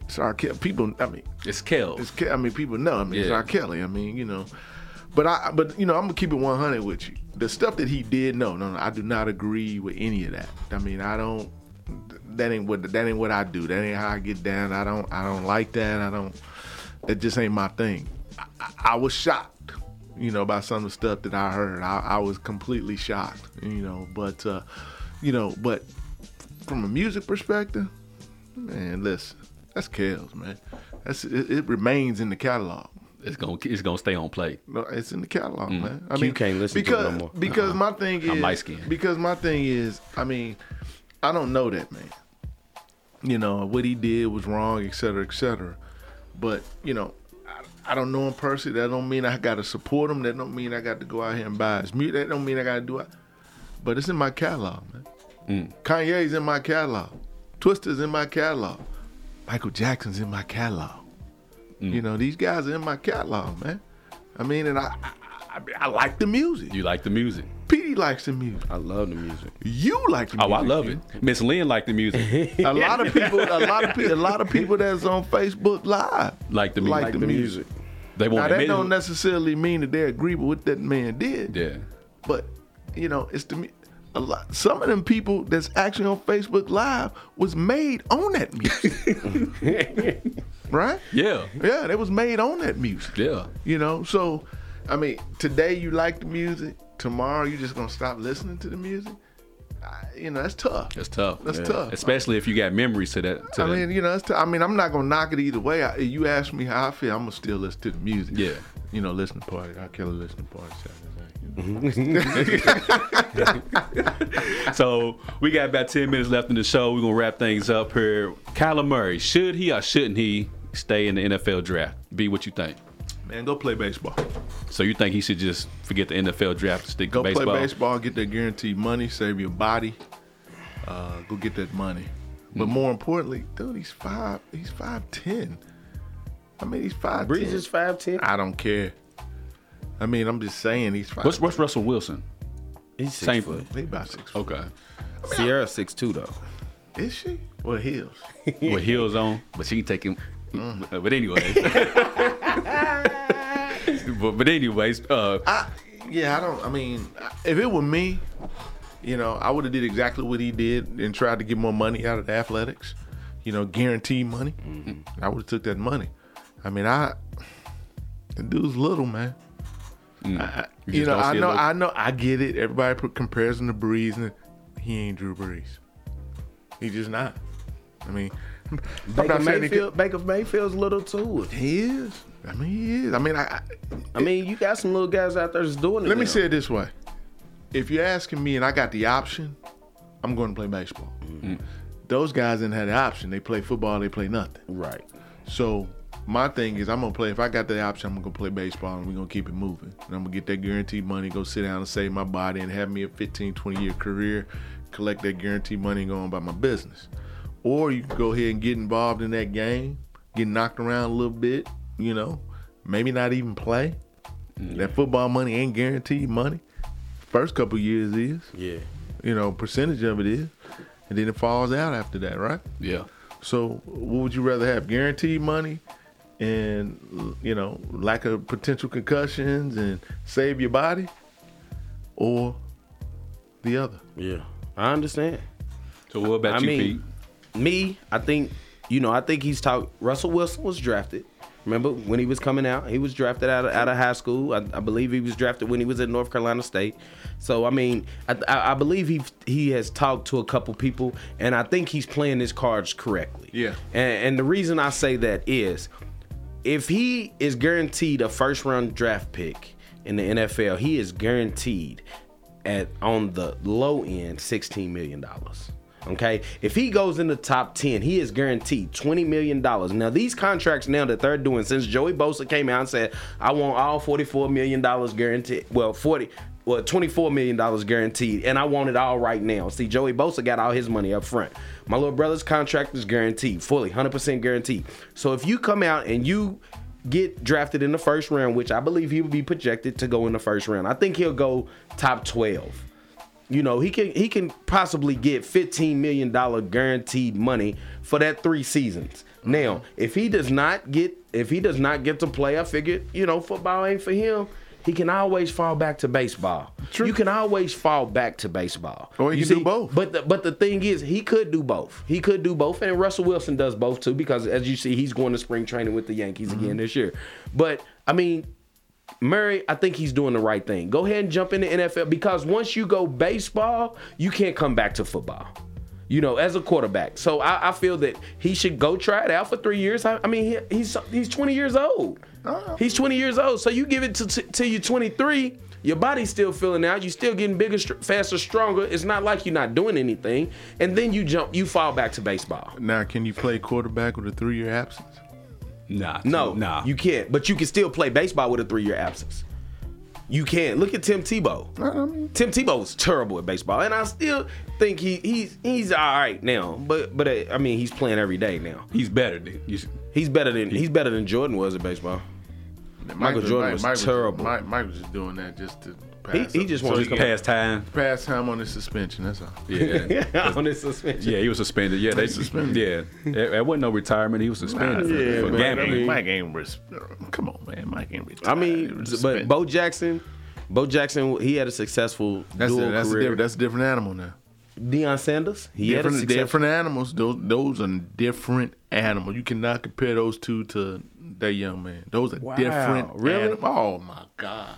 Speaker 3: it's our kid. People, I mean,
Speaker 1: It's Kells.
Speaker 3: it's, Ke- I mean, people know. I mean, it's
Speaker 1: Yeah.
Speaker 3: R. Kelly. I mean, you know, but I, but you know, I'm gonna keep it 100 with you. The stuff that he did, no, no, no I do not agree with any of that. I mean, I don't. That ain't what that ain't what I do. That ain't how I get down. I don't I don't like that. I don't. That just ain't my thing. I, I, I was shocked, you know, by some of the stuff that I heard. I, I was completely shocked, you know. But uh, you know, but from a music perspective, man, listen, that's Kels, man. That's it, it remains in the catalog.
Speaker 1: It's gonna it's gonna stay on play.
Speaker 3: No, It's in the catalog, man. I
Speaker 2: You Mm-hmm. can't listen to it
Speaker 3: because,
Speaker 2: no more. Uh-uh.
Speaker 3: Because my thing is
Speaker 1: I'm light-skinned.
Speaker 3: because my thing is, I mean, I don't know that man. You know what he did was wrong, et cetera, et cetera. But you know, I, I don't know him personally. That don't mean I got to support him. That don't mean I got to go out here and buy his music. That don't mean I got to do it. But it's in my catalog, man. Kanye's in my catalog. Twister's in my catalog. Michael Jackson's in my catalog.
Speaker 1: Mm.
Speaker 3: You know, these guys are in my catalog, man. I mean, and I, I, I, I like the music.
Speaker 1: You like the music.
Speaker 3: Petey likes the music.
Speaker 2: I love the music.
Speaker 3: You like the
Speaker 1: Oh,
Speaker 3: music.
Speaker 1: I love it. Miss Lynn liked the
Speaker 2: <laughs>
Speaker 1: music.
Speaker 3: A lot of people, a lot of people, a lot of people that's on Facebook Live
Speaker 1: Like the music.
Speaker 3: Like the music.
Speaker 1: They won't
Speaker 3: Now that
Speaker 1: admit
Speaker 3: don't
Speaker 1: it.
Speaker 3: necessarily mean that they agree with what that man did.
Speaker 1: Yeah.
Speaker 3: But you know, it's the mu- a lot. Some of them people that's actually on Facebook Live was made on that music, right?
Speaker 1: Yeah.
Speaker 3: Yeah, they was made on that music.
Speaker 1: Yeah.
Speaker 3: You know, so I mean, today you like the music, tomorrow you just gonna stop listening to the music. I, you know, that's tough.
Speaker 1: That's tough.
Speaker 3: That's tough.
Speaker 1: Especially if you got memories to that. To
Speaker 3: I
Speaker 1: that.
Speaker 3: mean, you know, it's t- I mean, I'm not gonna knock it either way. I, you ask me how I feel, I'm gonna still listen to the music.
Speaker 1: Yeah.
Speaker 3: You know, listening party. I kill a listening party Saturday night. you know.
Speaker 1: So we got about ten minutes left in the show. We're gonna wrap things up here. Kyler Murray, should he or shouldn't he stay in the NFL draft? Be what you think.
Speaker 3: Man, go play baseball.
Speaker 1: So you think he should just forget the NFL draft and stick
Speaker 3: Go
Speaker 1: to baseball?
Speaker 3: play baseball. Get that guaranteed money. Save your body. Uh, go get that money.
Speaker 1: Mm.
Speaker 3: But more importantly, dude, he's five. He's five ten. I mean, he's five.
Speaker 2: Breeze is five ten.
Speaker 1: Ah,
Speaker 3: I don't care. I mean, I'm just saying he's five.
Speaker 1: What's, what's Russell Wilson?
Speaker 2: He's six
Speaker 1: Same
Speaker 2: foot.
Speaker 3: he about six? foot.
Speaker 1: Okay.
Speaker 2: Sierra six two though.
Speaker 3: Is she? Well, heels.
Speaker 1: With heels on, but she can take him. But anyway. but, but anyways, uh,
Speaker 3: I, yeah, I don't. I mean, if it were me, you know, I would have did exactly what he did and tried to get more money out of the athletics. You know, guarantee money.
Speaker 1: Mm-hmm.
Speaker 3: I would have took that money. I mean, I the dude's little man. I- I,
Speaker 1: Mm. You
Speaker 3: you
Speaker 1: just
Speaker 3: know,
Speaker 1: don't
Speaker 3: I
Speaker 1: see it
Speaker 3: know,
Speaker 1: look-
Speaker 3: I know, I get it. Everybody put, compares him to Breeze, and he ain't Drew Brees. He just not. I mean, <laughs> I'm
Speaker 2: Baker
Speaker 3: not saying he,
Speaker 2: Mayfield. Baker Mayfield's little too.
Speaker 3: could- he is. I mean, he is. I mean, I, I
Speaker 2: I mean, you got some little guys out there that's doing it.
Speaker 3: Let me
Speaker 2: now.
Speaker 3: say it this way: If you're asking me, and I got the option, I'm going to play baseball. Those guys didn't have the option. They play football. They play nothing.
Speaker 2: Right.
Speaker 3: So my thing is, I'm gonna play. If I got the option, I'm gonna play baseball, and we're gonna keep it moving. And I'm gonna get that guaranteed money. Go sit down and save my body, and have me a 15, 20 year career, collect that guaranteed money, and go on about my business. Or you can go ahead and get involved in that game, get knocked around a little bit, you know, maybe not even play. That football money ain't guaranteed money. first couple years is.
Speaker 2: Yeah.
Speaker 3: You know, percentage of it is, and then it falls out after that, right?
Speaker 1: Yeah.
Speaker 3: So, what would you rather have? Guaranteed money, and you know, lack of potential concussions, and save your body, or the other?
Speaker 2: Yeah. I understand.
Speaker 1: So what about
Speaker 2: I
Speaker 1: you,
Speaker 2: mean,
Speaker 1: Pete?
Speaker 2: me, I think, you know, I think he's talk. Russell Wilson was drafted. Remember when he was coming out? He was drafted out of, out of high school. I, I believe he was drafted when he was at North Carolina State. So I mean, I, I I believe he he has talked to a couple people, and I think he's playing his cards correctly.
Speaker 3: Yeah.
Speaker 2: And, and the reason I say that is, if he is guaranteed a first round draft pick in the NFL, he is guaranteed at on the low end $16 million. Okay? If he goes in the top 10, he is guaranteed $20 million. Now, these contracts now that they're doing, since Joey Bosa came out and said, I want all $44 million guaranteed, well, 40 well, $24 million guaranteed, and I want it all right now. See, Joey Bosa got all his money up front. My little brother's contract is guaranteed, fully, 100% guaranteed. So if you come out and you get drafted in the first round, which I believe he will be projected to go in the first round. I think he'll go top 12. You know, he can he can possibly get $15 million guaranteed money for that three seasons.
Speaker 3: Mm-hmm.
Speaker 2: Now, if he does not get if he does not get to play, I figured, you know, football ain't for him. He can always fall back to baseball. You can always fall back to baseball.
Speaker 3: Or he
Speaker 2: You
Speaker 3: can do both.
Speaker 2: But the, but the thing is, he could do both. He could do both, and Russell Wilson does both too, because as you see, he's going to spring training with the Yankees
Speaker 3: Mm-hmm.
Speaker 2: again this year. But I mean, Murray, I think he's doing the right thing. Go ahead and jump in the NFL because once you go baseball, you can't come back to football. You know, as a quarterback, so I, I feel that he should go try it out for three years. I, I mean, he, he's he's 20 years old. He's 20 years old. So you give it to, to, till you're 23, your body's still filling out. You're still getting bigger, str- faster, stronger. It's not like you're not doing anything. And then you jump, you fall back to baseball.
Speaker 3: Now, can you play quarterback with a three-year absence?
Speaker 1: Nah.
Speaker 2: No,
Speaker 1: Nah.
Speaker 2: you can't. But you can still play baseball with a three-year absence. You can. Look at Tim Tebow.
Speaker 3: Uh,
Speaker 2: Tim Tebow was terrible at baseball, and I still think he he's he's all right now. But but uh, I mean, he's playing every day now.
Speaker 1: he's better than you. s-
Speaker 2: He's better than he's better than Jordan was at baseball. <laughs>
Speaker 3: Michael,
Speaker 2: Jordan was terrible.
Speaker 3: Mike, Mike was just doing that just to
Speaker 2: He,
Speaker 3: pass.
Speaker 2: he
Speaker 3: up-
Speaker 2: just
Speaker 1: So
Speaker 2: wants
Speaker 1: he
Speaker 2: to
Speaker 1: can pass time.
Speaker 3: pass time on his suspension. That's all.
Speaker 1: Yeah.
Speaker 2: <laughs> on his suspension.
Speaker 1: Yeah, he was suspended. Yeah, they suspended. Yeah, there, there wasn't no retirement. He was suspended for- for
Speaker 3: but
Speaker 1: gambling.
Speaker 3: I mean, Mike ain't res- Come on, man. Mike ain't retired.
Speaker 2: I mean, but Bo Jackson, Bo Jackson, he had a successful
Speaker 3: that's a,
Speaker 2: dual
Speaker 3: that's, a
Speaker 2: career.
Speaker 3: different, that's a different animal now.
Speaker 2: Deion Sanders, he had a
Speaker 3: Different,
Speaker 2: successful.
Speaker 3: different animals. Those those are different animals. You cannot compare those two to that young man. Those are different.
Speaker 2: really?
Speaker 3: anim- Oh my God.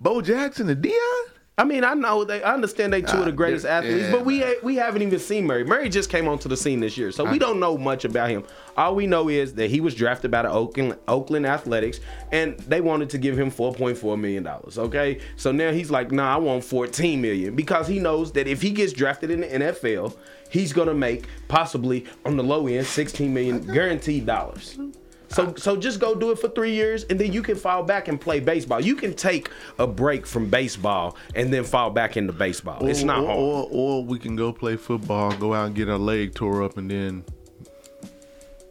Speaker 3: Bo Jackson and Dion.
Speaker 2: I mean, I know they, I understand they two of the greatest
Speaker 3: yeah,
Speaker 2: athletes,
Speaker 3: yeah,
Speaker 2: but we ain't- we haven't even seen Murray. Murray just came onto the scene this year, so we don't know much about him. All we know is that he was drafted by the Oakland Oakland Athletics, and they wanted to give him four point four million dollars. Okay, so now he's like, nah, I want fourteen million because he knows that if he gets drafted in the NFL, he's gonna make possibly on the low end sixteen million guaranteed dollars. So so just go do it for three years and then you can fall back and play baseball. You can take a break from baseball and then fall back into baseball. it's
Speaker 3: Or-
Speaker 2: not
Speaker 3: or,
Speaker 2: hard.
Speaker 3: Or, or we can go play football, go out and get our leg tore up, and then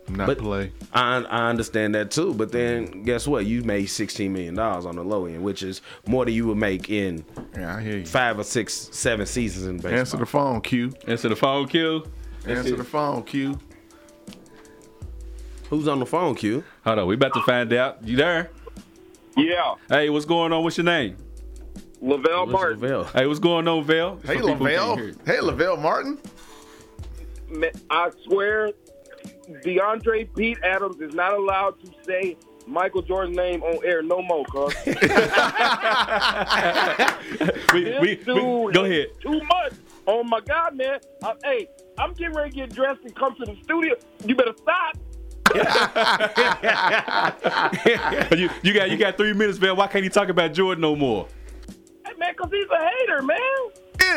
Speaker 3: not
Speaker 2: But-
Speaker 3: play.
Speaker 2: I, I understand that too, but then guess what? You made sixteen million dollars on the low end, which is more than you would make in
Speaker 3: Yeah, I hear you.
Speaker 2: five or six, seven seasons in baseball.
Speaker 3: Answer the phone, Q.
Speaker 1: Answer the phone, Q.
Speaker 3: Answer the phone, Q.
Speaker 2: Who's on the phone, Q?
Speaker 1: Hold on, we about to find out. You there?
Speaker 4: Yeah,
Speaker 1: Hey, what's going on? What's your name?
Speaker 4: Lavelle Martin.
Speaker 2: Lavelle.
Speaker 1: Hey, what's going on, Vel?
Speaker 3: Hey,
Speaker 1: For people who can't
Speaker 3: Lavelle.
Speaker 1: hear you.
Speaker 3: Hey, Lavelle Martin.
Speaker 4: Ma- I swear, DeAndre Pete Adams is not allowed to say Michael Jordan's name on air no
Speaker 1: <laughs>
Speaker 4: more, cuz.
Speaker 1: We,
Speaker 4: This
Speaker 1: we,
Speaker 4: dude
Speaker 1: we, go
Speaker 4: is
Speaker 1: ahead.
Speaker 4: Too much. Oh my God, man. I, hey, I'm getting ready to get dressed and come to the studio. You better stop.
Speaker 1: <laughs> You, you got you got three minutes, Vel. Why can't you talk about Jordan no more?
Speaker 4: Hey, man, because he's a hater, man.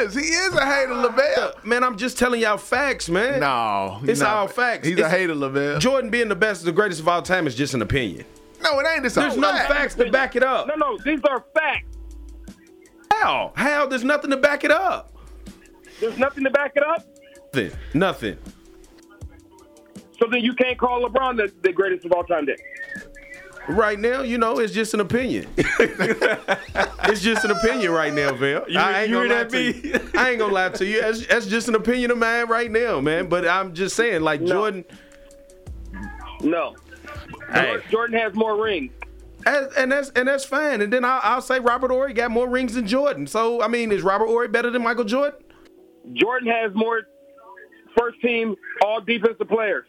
Speaker 3: Is he is a hater, Lavelle?
Speaker 2: Man, I'm just telling y'all facts, man.
Speaker 3: No,
Speaker 2: It's
Speaker 3: not.
Speaker 2: all facts.
Speaker 3: He's a
Speaker 2: It's-
Speaker 3: hater, Lavelle.
Speaker 2: Jordan being the best, the greatest of all time is just an opinion.
Speaker 3: no, it ain't. It's
Speaker 2: There's
Speaker 3: all
Speaker 2: no
Speaker 3: fact.
Speaker 2: facts to back it up.
Speaker 4: No, no, these are facts.
Speaker 2: How? How? There's nothing to back it up.
Speaker 4: There's nothing to back it up.
Speaker 2: Nothing. Nothing.
Speaker 4: So then you can't call LeBron the, the greatest of all time then.
Speaker 2: Right now, you know, it's just an opinion. <laughs> it's just an opinion right now, Val.
Speaker 1: You-
Speaker 2: I ain't
Speaker 1: you
Speaker 2: gonna
Speaker 1: hear
Speaker 2: lie
Speaker 1: that,
Speaker 2: to
Speaker 1: B?
Speaker 2: you. <laughs> I ain't gonna lie to you. That's, that's just an opinion of mine right now, man. But I'm just saying, like Jordan,
Speaker 4: No.
Speaker 1: Hey.
Speaker 4: Jordan has more rings.
Speaker 2: as- and that's and that's fine. And then I'll, I'll say Robert Ory got more rings than Jordan. So I mean, is Robert Ory better than Michael Jordan?
Speaker 4: Jordan has more first team all defensive players.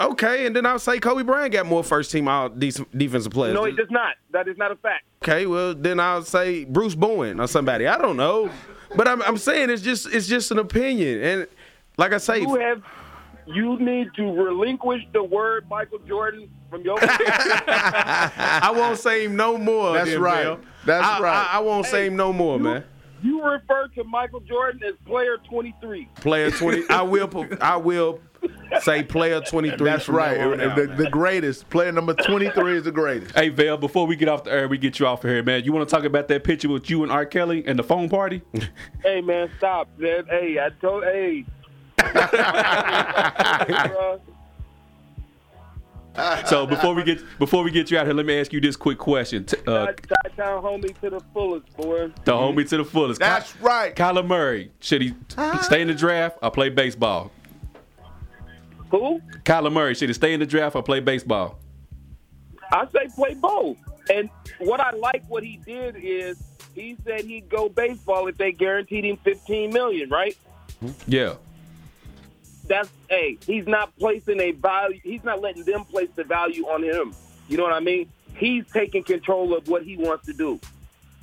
Speaker 2: Okay, and then I'll say Kobe Bryant got more first team all dec- defensive players.
Speaker 4: No, he does not. That is not a fact.
Speaker 2: Okay, well then I'll say Bruce Bowen or somebody. I don't know, but I'm, I'm saying it's just it's just an opinion, and like I say,
Speaker 4: You have you need to relinquish the word Michael Jordan from your
Speaker 2: I won't say him no more.
Speaker 3: That's
Speaker 2: then,
Speaker 3: right.
Speaker 2: Bill.
Speaker 3: That's
Speaker 2: I,
Speaker 3: right.
Speaker 2: I, I won't say him no more, man.
Speaker 4: You refer to Michael Jordan as player 23.
Speaker 2: Player twenty. I will. pu- I will say player twenty three.
Speaker 3: That's right. the, the greatest player number twenty three is the greatest.
Speaker 1: Hey, Val, before we get off the air, we get you off of here, man. You want to talk about that picture with you and R. Kelly and the phone party?
Speaker 4: Hey man, stop, man. Hey, I told hey. Bruh.
Speaker 1: so before we get before we get you out here, let me ask you this quick question. T- uh,
Speaker 4: Chi-town homie to the fullest, boy.
Speaker 1: the homie to the fullest. Ky-
Speaker 3: That's right.
Speaker 1: Kyler Murray, should he stay in the draft or play baseball?
Speaker 4: Who?
Speaker 1: Kyler Murray, should he stay in the draft or play baseball?
Speaker 4: I say play both. And what I like what he did is he said he'd go baseball if they guaranteed him 15 million, right?
Speaker 1: Yeah.
Speaker 4: That's hey, he's not placing a value. He's not letting them place the value on him. You know what I mean? He's taking control of what he wants to do.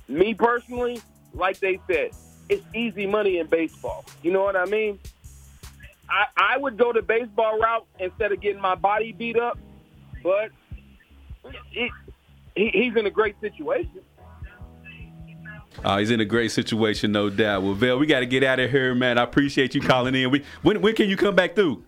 Speaker 4: Me personally, like they said, it's easy money in baseball. You know what I mean? I, I would go the baseball route instead of getting my body beat up, but it, he, he's in a great situation.
Speaker 1: Uh, he's in a great situation, no doubt. Well, Val, we got to get out of here, man. I appreciate you calling in. We when when can you come back through?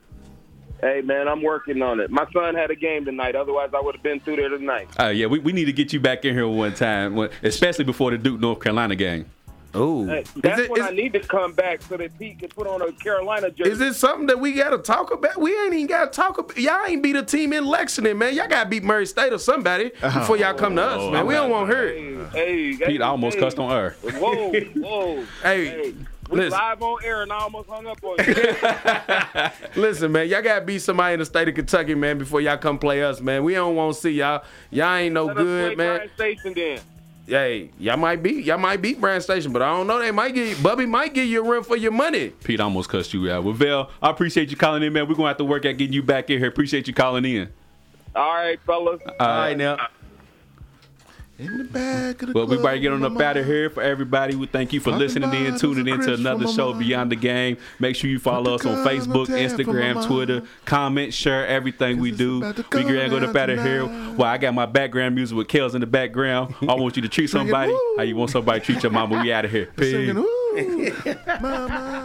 Speaker 4: Hey man, I'm working on it. My son had a game tonight. Otherwise, I would have been through there tonight.
Speaker 1: Uh, yeah, we, we need to get you back in here one time, when- especially before the Duke North Carolina game.
Speaker 2: Ooh,
Speaker 4: Hey,
Speaker 2: is
Speaker 4: that's
Speaker 2: it,
Speaker 4: when
Speaker 2: is,
Speaker 4: I need to come back so that Pete can put on a Carolina jersey.
Speaker 2: is it something that we gotta talk about? We ain't even gotta talk about. Y'all ain't beat a team in Lexington, man. Y'all gotta beat Murray State or somebody before y'all come to us, man. We don't want to hear it.
Speaker 4: Hey, hey,
Speaker 1: Pete almost
Speaker 4: hey.
Speaker 1: cussed on air.
Speaker 4: Whoa, whoa.
Speaker 2: <laughs> Hey,
Speaker 4: we
Speaker 2: listen.
Speaker 4: live on air and I almost hung up on
Speaker 2: <laughs>
Speaker 4: you.
Speaker 2: Listen, man, y'all gotta beat somebody in the state of Kentucky, man, before y'all come play us, man. We don't want to see y'all. Y'all ain't no
Speaker 4: Let us play
Speaker 2: good, man.
Speaker 4: Bryan Station then.
Speaker 2: Hey, y'all might beat y'all might beat Brand Station, but I don't know. They might get Bubby might give you a run for your money.
Speaker 1: Pete almost cussed you out. Well, Val, I appreciate you calling in, man. We're gonna have to work at getting you back in here. Appreciate you calling in.
Speaker 4: All right, fellas.
Speaker 2: All right now.
Speaker 3: In the back of the
Speaker 1: Well, we
Speaker 3: club
Speaker 1: about to get on
Speaker 3: with
Speaker 1: up
Speaker 3: my
Speaker 1: out of
Speaker 3: mom.
Speaker 1: here for everybody. We thank you for
Speaker 3: Talking
Speaker 1: listening in,
Speaker 3: about
Speaker 1: tuning
Speaker 3: it,
Speaker 1: in
Speaker 3: it's
Speaker 1: to
Speaker 3: a crush
Speaker 1: another
Speaker 3: for
Speaker 1: show,
Speaker 3: my
Speaker 1: Beyond the Game. Make sure you follow us
Speaker 3: About to
Speaker 1: on
Speaker 3: come
Speaker 1: Facebook,
Speaker 3: down for
Speaker 1: Instagram,
Speaker 3: my
Speaker 1: Twitter.
Speaker 3: mom.
Speaker 1: Comment, share everything we
Speaker 3: it's
Speaker 1: do.
Speaker 3: about to
Speaker 1: We
Speaker 3: come
Speaker 1: get going up out
Speaker 3: down
Speaker 1: of here.
Speaker 3: tonight.
Speaker 1: Well, I got my background music with Kels in the background. I want you to treat
Speaker 3: Singing,
Speaker 1: somebody
Speaker 3: "Woo."
Speaker 1: <laughs> how you want somebody to treat your mama. We out of here. Peace.
Speaker 3: Singing, "Ooh, mama."